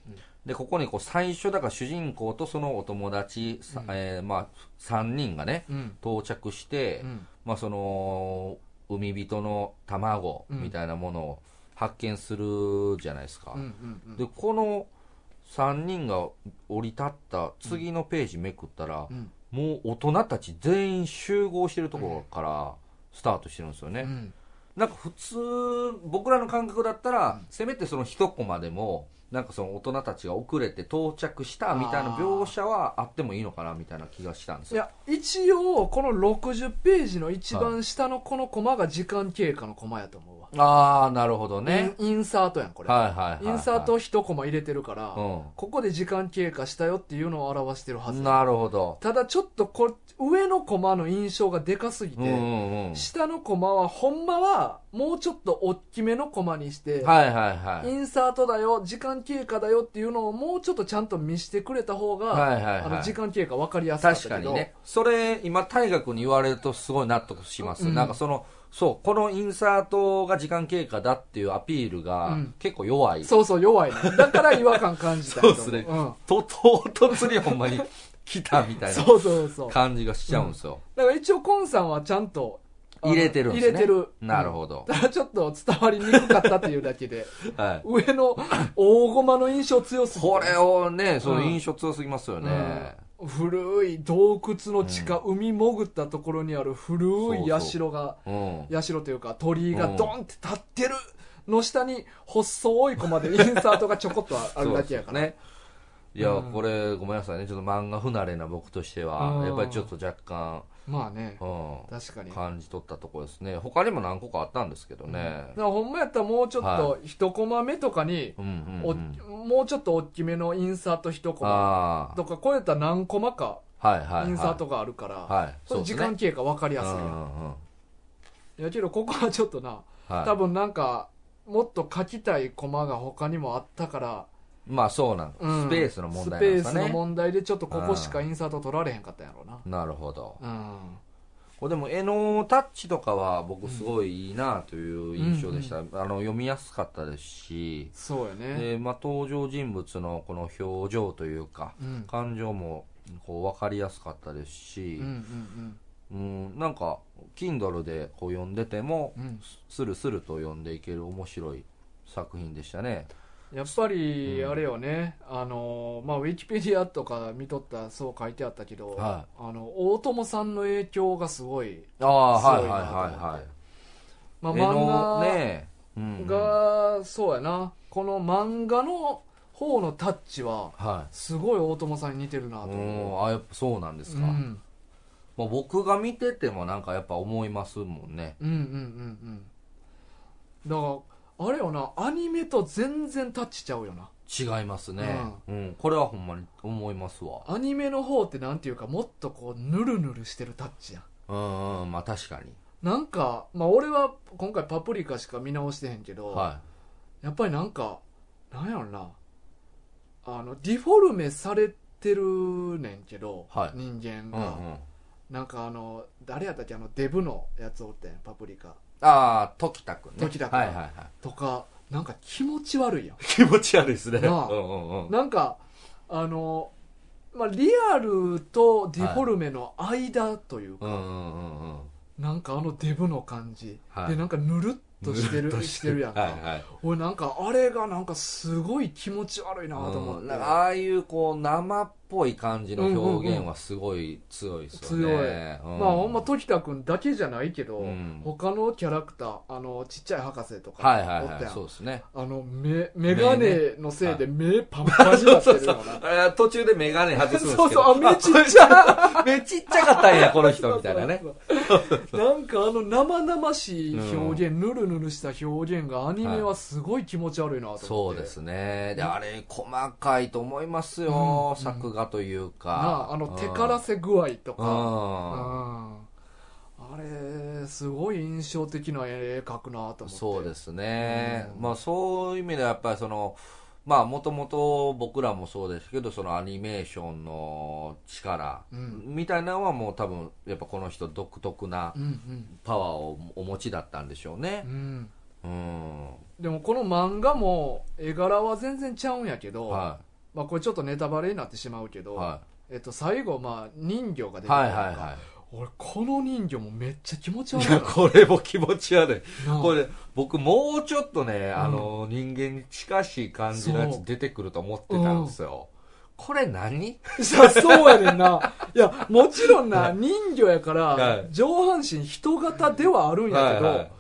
[SPEAKER 2] で、ここにこう最初、だから主人公とそのお友達、さえーまあ3人がね、
[SPEAKER 1] うん
[SPEAKER 2] 到着して、
[SPEAKER 1] うん
[SPEAKER 2] まあ、その海人の卵
[SPEAKER 1] うん
[SPEAKER 2] みたいなものを発見するじゃないですか、
[SPEAKER 1] うんうんうん
[SPEAKER 2] でこの3人が降り立った次のページめくったら、
[SPEAKER 1] うん
[SPEAKER 2] もう大人たち全員集合してるところからスタートしてるんですよね、
[SPEAKER 1] うん
[SPEAKER 2] なんか普通僕らの感覚だったら、せめてその一コマでもなんかその大人たちが遅れて到着したみたいな描写はあってもいいのかなみたいな気がしたんです
[SPEAKER 1] い
[SPEAKER 2] よ
[SPEAKER 1] や一応この60ページの一番下のこのコマが時間経過のコマやと思うわ、
[SPEAKER 2] ああなるほどね、
[SPEAKER 1] インインサートやんこれ、
[SPEAKER 2] はいはいはい、はい、
[SPEAKER 1] インサートを1コマ入れてるから、
[SPEAKER 2] う
[SPEAKER 1] ここで時間経過したよっていうのを表してるはず
[SPEAKER 2] ん、なるほど、
[SPEAKER 1] ただちょっとこ上のコマの印象がでかすぎて、
[SPEAKER 2] うんうんうん、
[SPEAKER 1] 下のコマはほんまはもうちょっと大きめのコマにして、
[SPEAKER 2] はいはいはい
[SPEAKER 1] インサートだよ時間経過だよっていうのをもうちょっとちゃんと見せてくれた方が、
[SPEAKER 2] はいはい
[SPEAKER 1] あ
[SPEAKER 2] は
[SPEAKER 1] の時
[SPEAKER 2] い
[SPEAKER 1] 間経過分かりやすかった
[SPEAKER 2] 確か
[SPEAKER 1] けど
[SPEAKER 2] にねそれ今大河君に言われるとすごい納得します、
[SPEAKER 1] うん
[SPEAKER 2] なんかそのそうこのインサートが時間経過だっていうアピールが
[SPEAKER 1] うん
[SPEAKER 2] 結構弱い、
[SPEAKER 1] そうそう弱いねだから違和感感じたんやと思
[SPEAKER 2] そうっすね
[SPEAKER 1] うん
[SPEAKER 2] ととうとつりほんまに来たみたいな
[SPEAKER 1] そうそうそうだか
[SPEAKER 2] 感じがしちゃうんですよ、
[SPEAKER 1] ら一応コンさんはちゃんとあの
[SPEAKER 2] 入れてるんですね
[SPEAKER 1] 入れてる
[SPEAKER 2] なる
[SPEAKER 1] ど
[SPEAKER 2] ほど、
[SPEAKER 1] ただちょっと伝わりにくかったっていうだけで
[SPEAKER 2] はい
[SPEAKER 1] 上の大駒の印象強すぎて
[SPEAKER 2] これをねその印象強すぎますよね、
[SPEAKER 1] うん古い洞窟の地下、海潜ったところにある古い社が
[SPEAKER 2] うん
[SPEAKER 1] 社というか鳥居がドンって立ってるの下に細いコマでインサートがちょこっとあるだけやから、
[SPEAKER 2] そうですねいや、
[SPEAKER 1] うん
[SPEAKER 2] これごめんなさいねちょっと漫画不慣れな僕としては、
[SPEAKER 1] うん
[SPEAKER 2] やっぱりちょっと若干、
[SPEAKER 1] まあね
[SPEAKER 2] う
[SPEAKER 1] 確かに
[SPEAKER 2] ん、感じ取ったところですね他にも何個かあったんですけどね
[SPEAKER 1] だか、らほんまやったらもうちょっと一コマ目とかに、
[SPEAKER 2] うん、うんうん
[SPEAKER 1] おもうちょっと大きめのインサート一コマ
[SPEAKER 2] あ
[SPEAKER 1] とかこれやったら何コマか
[SPEAKER 2] あはいはい、はい、
[SPEAKER 1] インサートがあるから、
[SPEAKER 2] はい
[SPEAKER 1] それ時
[SPEAKER 2] そう
[SPEAKER 1] 間経過分かり
[SPEAKER 2] で
[SPEAKER 1] や
[SPEAKER 2] す
[SPEAKER 1] すい
[SPEAKER 2] ね
[SPEAKER 1] やん
[SPEAKER 2] うんうんうん
[SPEAKER 1] いやけどここはちょっとな
[SPEAKER 2] はい
[SPEAKER 1] 多分なんかもっと書きたいコマが他にもあったから、
[SPEAKER 2] まあそうなん、
[SPEAKER 1] うん
[SPEAKER 2] スペースの問題なんですか
[SPEAKER 1] スペースの
[SPEAKER 2] ね
[SPEAKER 1] 問題でちょっとここしかインサート取られへんかったんやろうな
[SPEAKER 2] なるほど
[SPEAKER 1] うん
[SPEAKER 2] これでも絵のタッチとかは僕すごいいいなという印象でした、あの読みやすかったですし、
[SPEAKER 1] そうやね
[SPEAKER 2] でまあ、登場人物のこの表情というか、
[SPEAKER 1] うん
[SPEAKER 2] 感情もこう分かりやすかったです
[SPEAKER 1] う
[SPEAKER 2] し
[SPEAKER 1] んう、ん
[SPEAKER 2] うんなんか Kindle でこう読んでても
[SPEAKER 1] うんうん
[SPEAKER 2] スルスルと読んでいける面白い作品でしたね
[SPEAKER 1] いやっぱり
[SPEAKER 2] うん
[SPEAKER 1] あれよね、あのまあウィキペディアとか見とったらそう書いてあったけど、
[SPEAKER 2] は
[SPEAKER 1] あの大友さんの影響がすごい、
[SPEAKER 2] ああはい
[SPEAKER 1] すごい
[SPEAKER 2] は
[SPEAKER 1] ないと思って
[SPEAKER 2] はいはい
[SPEAKER 1] まあ、
[SPEAKER 2] 絵の
[SPEAKER 1] 漫
[SPEAKER 2] ねうん
[SPEAKER 1] 画
[SPEAKER 2] うん
[SPEAKER 1] が、そうやなこの漫画の方のタッチは
[SPEAKER 2] はい
[SPEAKER 1] すごい大友さんに似てるなと
[SPEAKER 2] う
[SPEAKER 1] 思
[SPEAKER 2] んあやっぱそうなんで
[SPEAKER 1] う
[SPEAKER 2] すか、
[SPEAKER 1] うん
[SPEAKER 2] まあ、僕が見ててもなんかやっぱ思いますもんね
[SPEAKER 1] うんうんうんうんだからあれよなアニメと全然タッチちゃうよな
[SPEAKER 2] 違いますね、うんこれはほんまに思いますわ
[SPEAKER 1] アニメの方ってなんていうかもっとこうヌルヌルしてるタッチやん
[SPEAKER 2] うんうんまあ確かに
[SPEAKER 1] なんか、まあ、俺は今回パプリカしか見直してへんけど、
[SPEAKER 2] は
[SPEAKER 1] やっぱりなんかなんやろなあのディフォルメされてるねんけど、
[SPEAKER 2] はい
[SPEAKER 1] 人間
[SPEAKER 2] い、うんう
[SPEAKER 1] が、
[SPEAKER 2] ん、
[SPEAKER 1] なんかあの誰やったっけあのデブのやつおってんパプリカ
[SPEAKER 2] ああ時田君ね
[SPEAKER 1] 時田君
[SPEAKER 2] はいはいはい
[SPEAKER 1] とかなんか気持ち悪いやん
[SPEAKER 2] [laughs] 気持ち悪いですね
[SPEAKER 1] なあ
[SPEAKER 2] うんうんうん
[SPEAKER 1] なんかあの、まあ、リアルとディフォルメの間というか、
[SPEAKER 2] うんうんうんうん
[SPEAKER 1] なんかあのデブの感じ、
[SPEAKER 2] はい
[SPEAKER 1] でなんかぬるっとしてる
[SPEAKER 2] ずっ
[SPEAKER 1] してるやんか、
[SPEAKER 2] はいはい
[SPEAKER 1] 俺なんかあれがなんかすごい気持ち悪いなと思っ
[SPEAKER 2] うん
[SPEAKER 1] て、
[SPEAKER 2] なんかああいうこう生っぽい感じの表現はすごい強いですよね、
[SPEAKER 1] 強い
[SPEAKER 2] うん
[SPEAKER 1] まあほんま時田君だけじゃないけど、
[SPEAKER 2] うん
[SPEAKER 1] 他のキャラクターあのちっちゃい博士とか、
[SPEAKER 2] はいはい
[SPEAKER 1] おっ
[SPEAKER 2] は
[SPEAKER 1] た
[SPEAKER 2] い
[SPEAKER 1] やん
[SPEAKER 2] そうですね
[SPEAKER 1] あの目眼鏡のせいで目パンパンにな
[SPEAKER 2] [laughs]
[SPEAKER 1] ってるような
[SPEAKER 2] あ途中でメガネ外すんですけど
[SPEAKER 1] そうそうあ目ちっ
[SPEAKER 2] ちゃ [laughs] 目ちっちゃかったんやこの人みたいなね
[SPEAKER 1] [laughs] なんかあの生々しい表現、ぬるぬるした表現がアニメはすごい気持ち悪いなと思って、
[SPEAKER 2] そうですね。で、あれ、細かいと思いますよ。
[SPEAKER 1] うん
[SPEAKER 2] 作画という
[SPEAKER 1] な
[SPEAKER 2] か
[SPEAKER 1] あ。あの手からせ具合と
[SPEAKER 2] う
[SPEAKER 1] か、
[SPEAKER 2] ん。
[SPEAKER 1] うんあれすごい印象的な絵描くなと思って
[SPEAKER 2] そうですね。
[SPEAKER 1] うん
[SPEAKER 2] まあ、そういう意味ではやっぱりその、まあ、もともと僕らもそうですけど、そのアニメーションの力
[SPEAKER 1] うん
[SPEAKER 2] みたいなのはもう多分、やっぱこの人独特な
[SPEAKER 1] うんうん
[SPEAKER 2] パワーをお持ちだったんでしょうね
[SPEAKER 1] う。ん
[SPEAKER 2] うん。
[SPEAKER 1] でもこの漫画も絵柄は全然ちゃうんやけど、
[SPEAKER 2] は
[SPEAKER 1] まあ、これちょっとネタバレになってしまうけ
[SPEAKER 2] い。
[SPEAKER 1] ど、
[SPEAKER 2] は
[SPEAKER 1] えっと、最後まあ人魚が出
[SPEAKER 2] い。
[SPEAKER 1] てくる
[SPEAKER 2] は
[SPEAKER 1] や
[SPEAKER 2] い
[SPEAKER 1] んか
[SPEAKER 2] はいは
[SPEAKER 1] 俺この人魚もめっちゃ気持ち
[SPEAKER 2] い。
[SPEAKER 1] 悪
[SPEAKER 2] い
[SPEAKER 1] い
[SPEAKER 2] や、これも気持ち悪い。
[SPEAKER 1] なあ
[SPEAKER 2] これ僕もうちょっとね、あの人間に近しい感じのや
[SPEAKER 1] そう
[SPEAKER 2] つ出てくると思ってたんですよ、これ何
[SPEAKER 1] いやそうやねんな。いや、もちろんな、人魚やから、
[SPEAKER 2] はい
[SPEAKER 1] 上半身人型ではあるんやけど、
[SPEAKER 2] はいいはい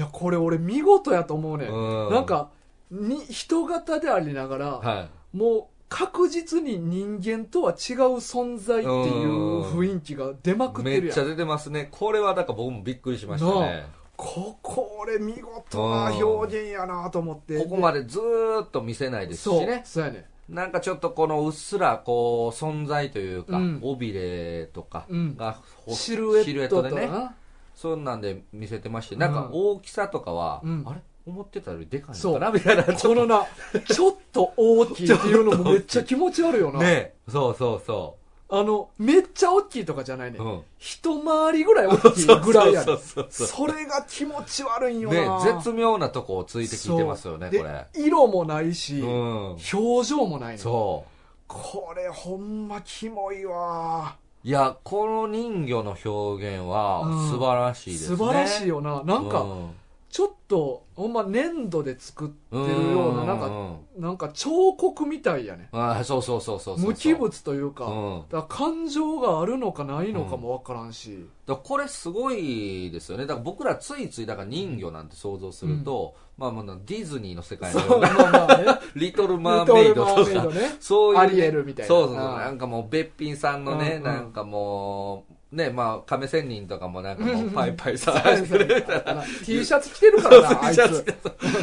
[SPEAKER 1] や、これ俺見事やと思うね、
[SPEAKER 2] うん
[SPEAKER 1] ん。なんか、に、人型でありながら、
[SPEAKER 2] は
[SPEAKER 1] もう確実に人間とは違う存在っていう雰囲気が出まく
[SPEAKER 2] い
[SPEAKER 1] っ
[SPEAKER 2] め
[SPEAKER 1] てる
[SPEAKER 2] っ
[SPEAKER 1] や
[SPEAKER 2] ちゃ
[SPEAKER 1] ん。
[SPEAKER 2] 出てますねこれはだから僕もびっくりしましたね
[SPEAKER 1] ここ俺見事な表現やなと思って。
[SPEAKER 2] ここまでずーっと見せないです
[SPEAKER 1] そ
[SPEAKER 2] し
[SPEAKER 1] う
[SPEAKER 2] ね。
[SPEAKER 1] そうやね。
[SPEAKER 2] なんかちょっとこのうっすらこう存在というか、
[SPEAKER 1] うん
[SPEAKER 2] 尾びれとか
[SPEAKER 1] うん。
[SPEAKER 2] がほ
[SPEAKER 1] シルエット
[SPEAKER 2] シ
[SPEAKER 1] と
[SPEAKER 2] ルエッでね
[SPEAKER 1] な。
[SPEAKER 2] そんなんで見せてましてなんか大きさとかは、
[SPEAKER 1] うん
[SPEAKER 2] あれ思ってたよりでかいのかなみたいなち
[SPEAKER 1] こ
[SPEAKER 2] ょっ
[SPEAKER 1] のな、ちょっと大きいっていうのもめっちゃ気持ち悪いよ
[SPEAKER 2] [laughs] と
[SPEAKER 1] な。
[SPEAKER 2] ねそうそうそ
[SPEAKER 1] あの、めっちゃ大きいとかじゃないね。
[SPEAKER 2] う、うん、
[SPEAKER 1] 一回りぐらい大きいぐらいやね
[SPEAKER 2] [laughs] そうそうそうそ
[SPEAKER 1] それが気持ち悪いん
[SPEAKER 2] う
[SPEAKER 1] よ
[SPEAKER 2] ね
[SPEAKER 1] な。
[SPEAKER 2] 絶妙なとこをついてきてますよね
[SPEAKER 1] そう
[SPEAKER 2] これ
[SPEAKER 1] で色もないし、
[SPEAKER 2] うん
[SPEAKER 1] 表情もないね。
[SPEAKER 2] そう
[SPEAKER 1] これほんまキモいわ。
[SPEAKER 2] いやこの人魚の表現は
[SPEAKER 1] うん
[SPEAKER 2] 素晴らしいですね
[SPEAKER 1] 素晴らしいよな。なん
[SPEAKER 2] う
[SPEAKER 1] か、
[SPEAKER 2] ん
[SPEAKER 1] ちょっと、ほんま粘土で作ってるような、なん
[SPEAKER 2] う
[SPEAKER 1] か、
[SPEAKER 2] ん
[SPEAKER 1] なんか彫刻みたいやね。
[SPEAKER 2] あそうそうそうそうそう
[SPEAKER 1] 無機物というか、
[SPEAKER 2] うん
[SPEAKER 1] だから感情があるのかないのかもわからんし。
[SPEAKER 2] だからこれすごいですよねだから僕らついついだから人魚なんて想像すると、まあまあディズニーの世界の
[SPEAKER 1] そ
[SPEAKER 2] よ
[SPEAKER 1] う、
[SPEAKER 2] うな
[SPEAKER 1] まあま
[SPEAKER 2] [laughs]
[SPEAKER 1] あね。
[SPEAKER 2] リトル・マ
[SPEAKER 1] リ
[SPEAKER 2] ー
[SPEAKER 1] ト
[SPEAKER 2] メイ
[SPEAKER 1] ル
[SPEAKER 2] ド
[SPEAKER 1] マ
[SPEAKER 2] と
[SPEAKER 1] ーメイ
[SPEAKER 2] か
[SPEAKER 1] ド
[SPEAKER 2] [laughs]
[SPEAKER 1] ね。
[SPEAKER 2] そういう、
[SPEAKER 1] アリエルみたいな
[SPEAKER 2] そうそう
[SPEAKER 1] うん
[SPEAKER 2] なんかもうべっぴんさんの
[SPEAKER 1] う
[SPEAKER 2] ね、
[SPEAKER 1] んうん
[SPEAKER 2] なんかもうねまあ亀仙人とかもなんか
[SPEAKER 1] うん
[SPEAKER 2] も
[SPEAKER 1] う
[SPEAKER 2] うんパイパイさ
[SPEAKER 1] そう
[SPEAKER 2] ら
[SPEAKER 1] や
[SPEAKER 2] し
[SPEAKER 1] ね
[SPEAKER 2] てるみたいな
[SPEAKER 1] あの T シャツ着てるからな、あいつ。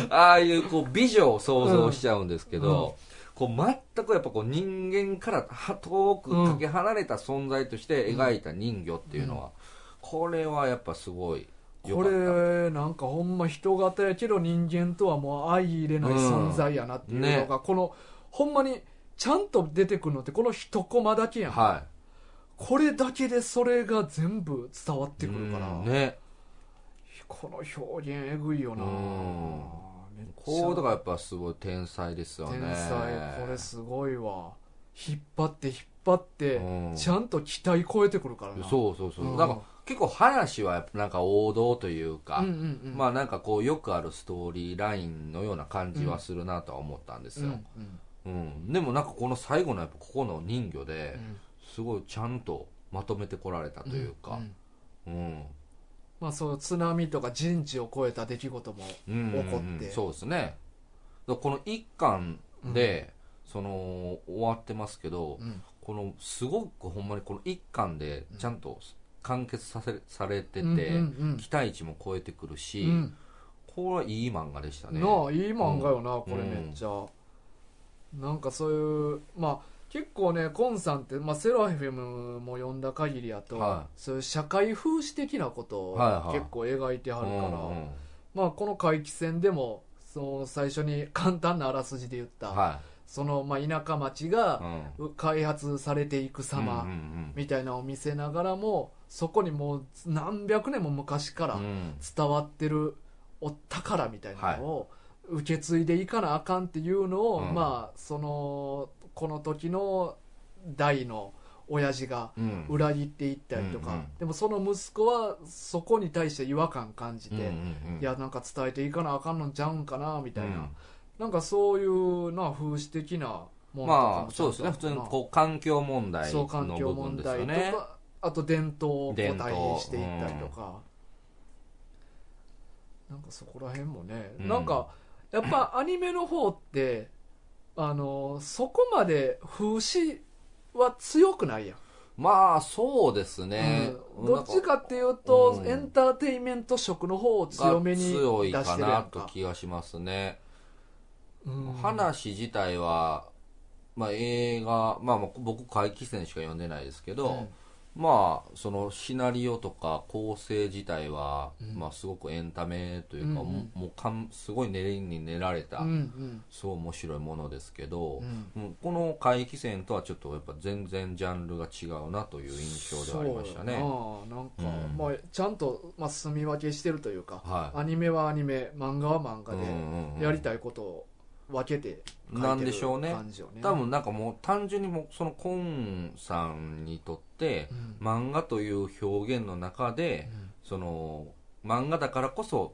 [SPEAKER 2] ああいうこう美女を想像しちゃうんですけど、こう全くやっぱこう人間からは遠くかけ離れた存在として描いた人魚っていうのは、これはやっぱすごい良
[SPEAKER 1] こ
[SPEAKER 2] かった
[SPEAKER 1] れ、なんかほんま人型やけど人間とはもう相入れない存在やなっていうのが、
[SPEAKER 2] うんね
[SPEAKER 1] この、ほんまに、ちゃんと出てくるのってこの一コマだけやん。
[SPEAKER 2] は
[SPEAKER 1] これだけでそれが全部伝わっ
[SPEAKER 2] い
[SPEAKER 1] てくるから、
[SPEAKER 2] うんね
[SPEAKER 1] この表現えぐいよな、
[SPEAKER 2] うん
[SPEAKER 1] めっちゃ
[SPEAKER 2] こうとかやっぱすごい天才ですよね
[SPEAKER 1] 天才これすごいわ引っ張って引っ張って、
[SPEAKER 2] うん
[SPEAKER 1] ちゃんと期待超えてくるからな
[SPEAKER 2] そうそうそう、
[SPEAKER 1] うん
[SPEAKER 2] なんか結構話はやっぱなんか王道というか、
[SPEAKER 1] うんうんうん、
[SPEAKER 2] ま
[SPEAKER 1] あ
[SPEAKER 2] あなんかこうよくあるストーリーラインのような感じはするなとは思ったんです
[SPEAKER 1] うんう
[SPEAKER 2] よ、
[SPEAKER 1] ん
[SPEAKER 2] うんでもなんかこの最後のやっぱここの人魚
[SPEAKER 1] う
[SPEAKER 2] で
[SPEAKER 1] ん
[SPEAKER 2] すごいちゃんとまとめてこられたというか
[SPEAKER 1] んん
[SPEAKER 2] うん、
[SPEAKER 1] まあ、そう津波とか人知を超えた出来事も
[SPEAKER 2] うん
[SPEAKER 1] 怒って
[SPEAKER 2] そうですねだからこの一巻で、その終わってますけど、
[SPEAKER 1] うん
[SPEAKER 2] このすごくほんまにこの一巻でちゃんと完結させされてて、
[SPEAKER 1] うんうん
[SPEAKER 2] 期待値も超えてくる
[SPEAKER 1] う
[SPEAKER 2] し、
[SPEAKER 1] ん
[SPEAKER 2] これはいい漫画でした
[SPEAKER 1] うん、
[SPEAKER 2] ね
[SPEAKER 1] なあいい漫画よな、これめっちゃ、なんかそういうまあ結構ねコンさんって、まあ、セロフィムも読んだ限りやと、
[SPEAKER 2] は
[SPEAKER 1] そういう社会風刺的なことを
[SPEAKER 2] はいはい
[SPEAKER 1] 結構描いてはるから、
[SPEAKER 2] うんうん
[SPEAKER 1] まあ、この回帰戦でもその最初に簡単なあらすじで言った、
[SPEAKER 2] は
[SPEAKER 1] そのまあ田舎町
[SPEAKER 2] い、う
[SPEAKER 1] が
[SPEAKER 2] ん
[SPEAKER 1] 開発されていく
[SPEAKER 2] うんう
[SPEAKER 1] 様
[SPEAKER 2] ん
[SPEAKER 1] みたいなのを見せながらもそこにもう何百年も昔から
[SPEAKER 2] うんうん
[SPEAKER 1] 伝わってるお宝みたいなのを受け継いでいかなあかんっていうのを、
[SPEAKER 2] うん
[SPEAKER 1] まあそのこの時の代の親父が
[SPEAKER 2] うん
[SPEAKER 1] 裏切っていったりとか、
[SPEAKER 2] うんうん
[SPEAKER 1] でもその息子はそこに対して違和感感じて、
[SPEAKER 2] うんうんうん
[SPEAKER 1] いやなんか伝えていかなあかんのんちゃうんかなみたいな、
[SPEAKER 2] うん
[SPEAKER 1] なんかそういうな風刺的なものとかもちゃ
[SPEAKER 2] まあ
[SPEAKER 1] ん
[SPEAKER 2] そう
[SPEAKER 1] と
[SPEAKER 2] ですね普通に
[SPEAKER 1] な
[SPEAKER 2] こう環境問題
[SPEAKER 1] そう
[SPEAKER 2] の
[SPEAKER 1] 環境
[SPEAKER 2] 部分
[SPEAKER 1] 問
[SPEAKER 2] ですよ
[SPEAKER 1] 題とか、
[SPEAKER 2] ね
[SPEAKER 1] あと伝統を答え
[SPEAKER 2] 伝統
[SPEAKER 1] にしていったりとか、なんかそこら辺もね、
[SPEAKER 2] うん
[SPEAKER 1] なんかやっぱアニメの方ってあのそこまで風刺は強くないやん、
[SPEAKER 2] まあそうですね、
[SPEAKER 1] うんどっちかっていうと、エンターテインメント色の方を強めに出
[SPEAKER 2] 強い
[SPEAKER 1] し
[SPEAKER 2] か
[SPEAKER 1] てるや
[SPEAKER 2] なんと
[SPEAKER 1] か
[SPEAKER 2] 気がしますね、
[SPEAKER 1] うん
[SPEAKER 2] 話自体は、まあ、映画、まあ、まあ僕怪奇戦しか読んでないですけど、まあそのシナリオとか構成自体は、
[SPEAKER 1] うん
[SPEAKER 2] まあ、すごくエンタメというか、
[SPEAKER 1] うんうん
[SPEAKER 2] もうもうかんすごい練りに練られた、
[SPEAKER 1] うんうん
[SPEAKER 2] すごい面白いものですけど、
[SPEAKER 1] うん
[SPEAKER 2] うんこの怪奇戦とはちょっとやっぱ全然ジャンルが違うなという印象ではありましたね。
[SPEAKER 1] そうやななんか、
[SPEAKER 2] うん
[SPEAKER 1] まあ、ちゃんと、まあ、住み分けしてるというか、
[SPEAKER 2] はい
[SPEAKER 1] アニメはアニメ漫画は漫画
[SPEAKER 2] うん
[SPEAKER 1] で
[SPEAKER 2] うんうん
[SPEAKER 1] やりたいことを分けて書いてる
[SPEAKER 2] な
[SPEAKER 1] 感
[SPEAKER 2] んでしょうね
[SPEAKER 1] じよね
[SPEAKER 2] 多分なんかもう単純にもうそのコンさんにとって
[SPEAKER 1] うん
[SPEAKER 2] 漫画という表現の中でその漫画だからこそ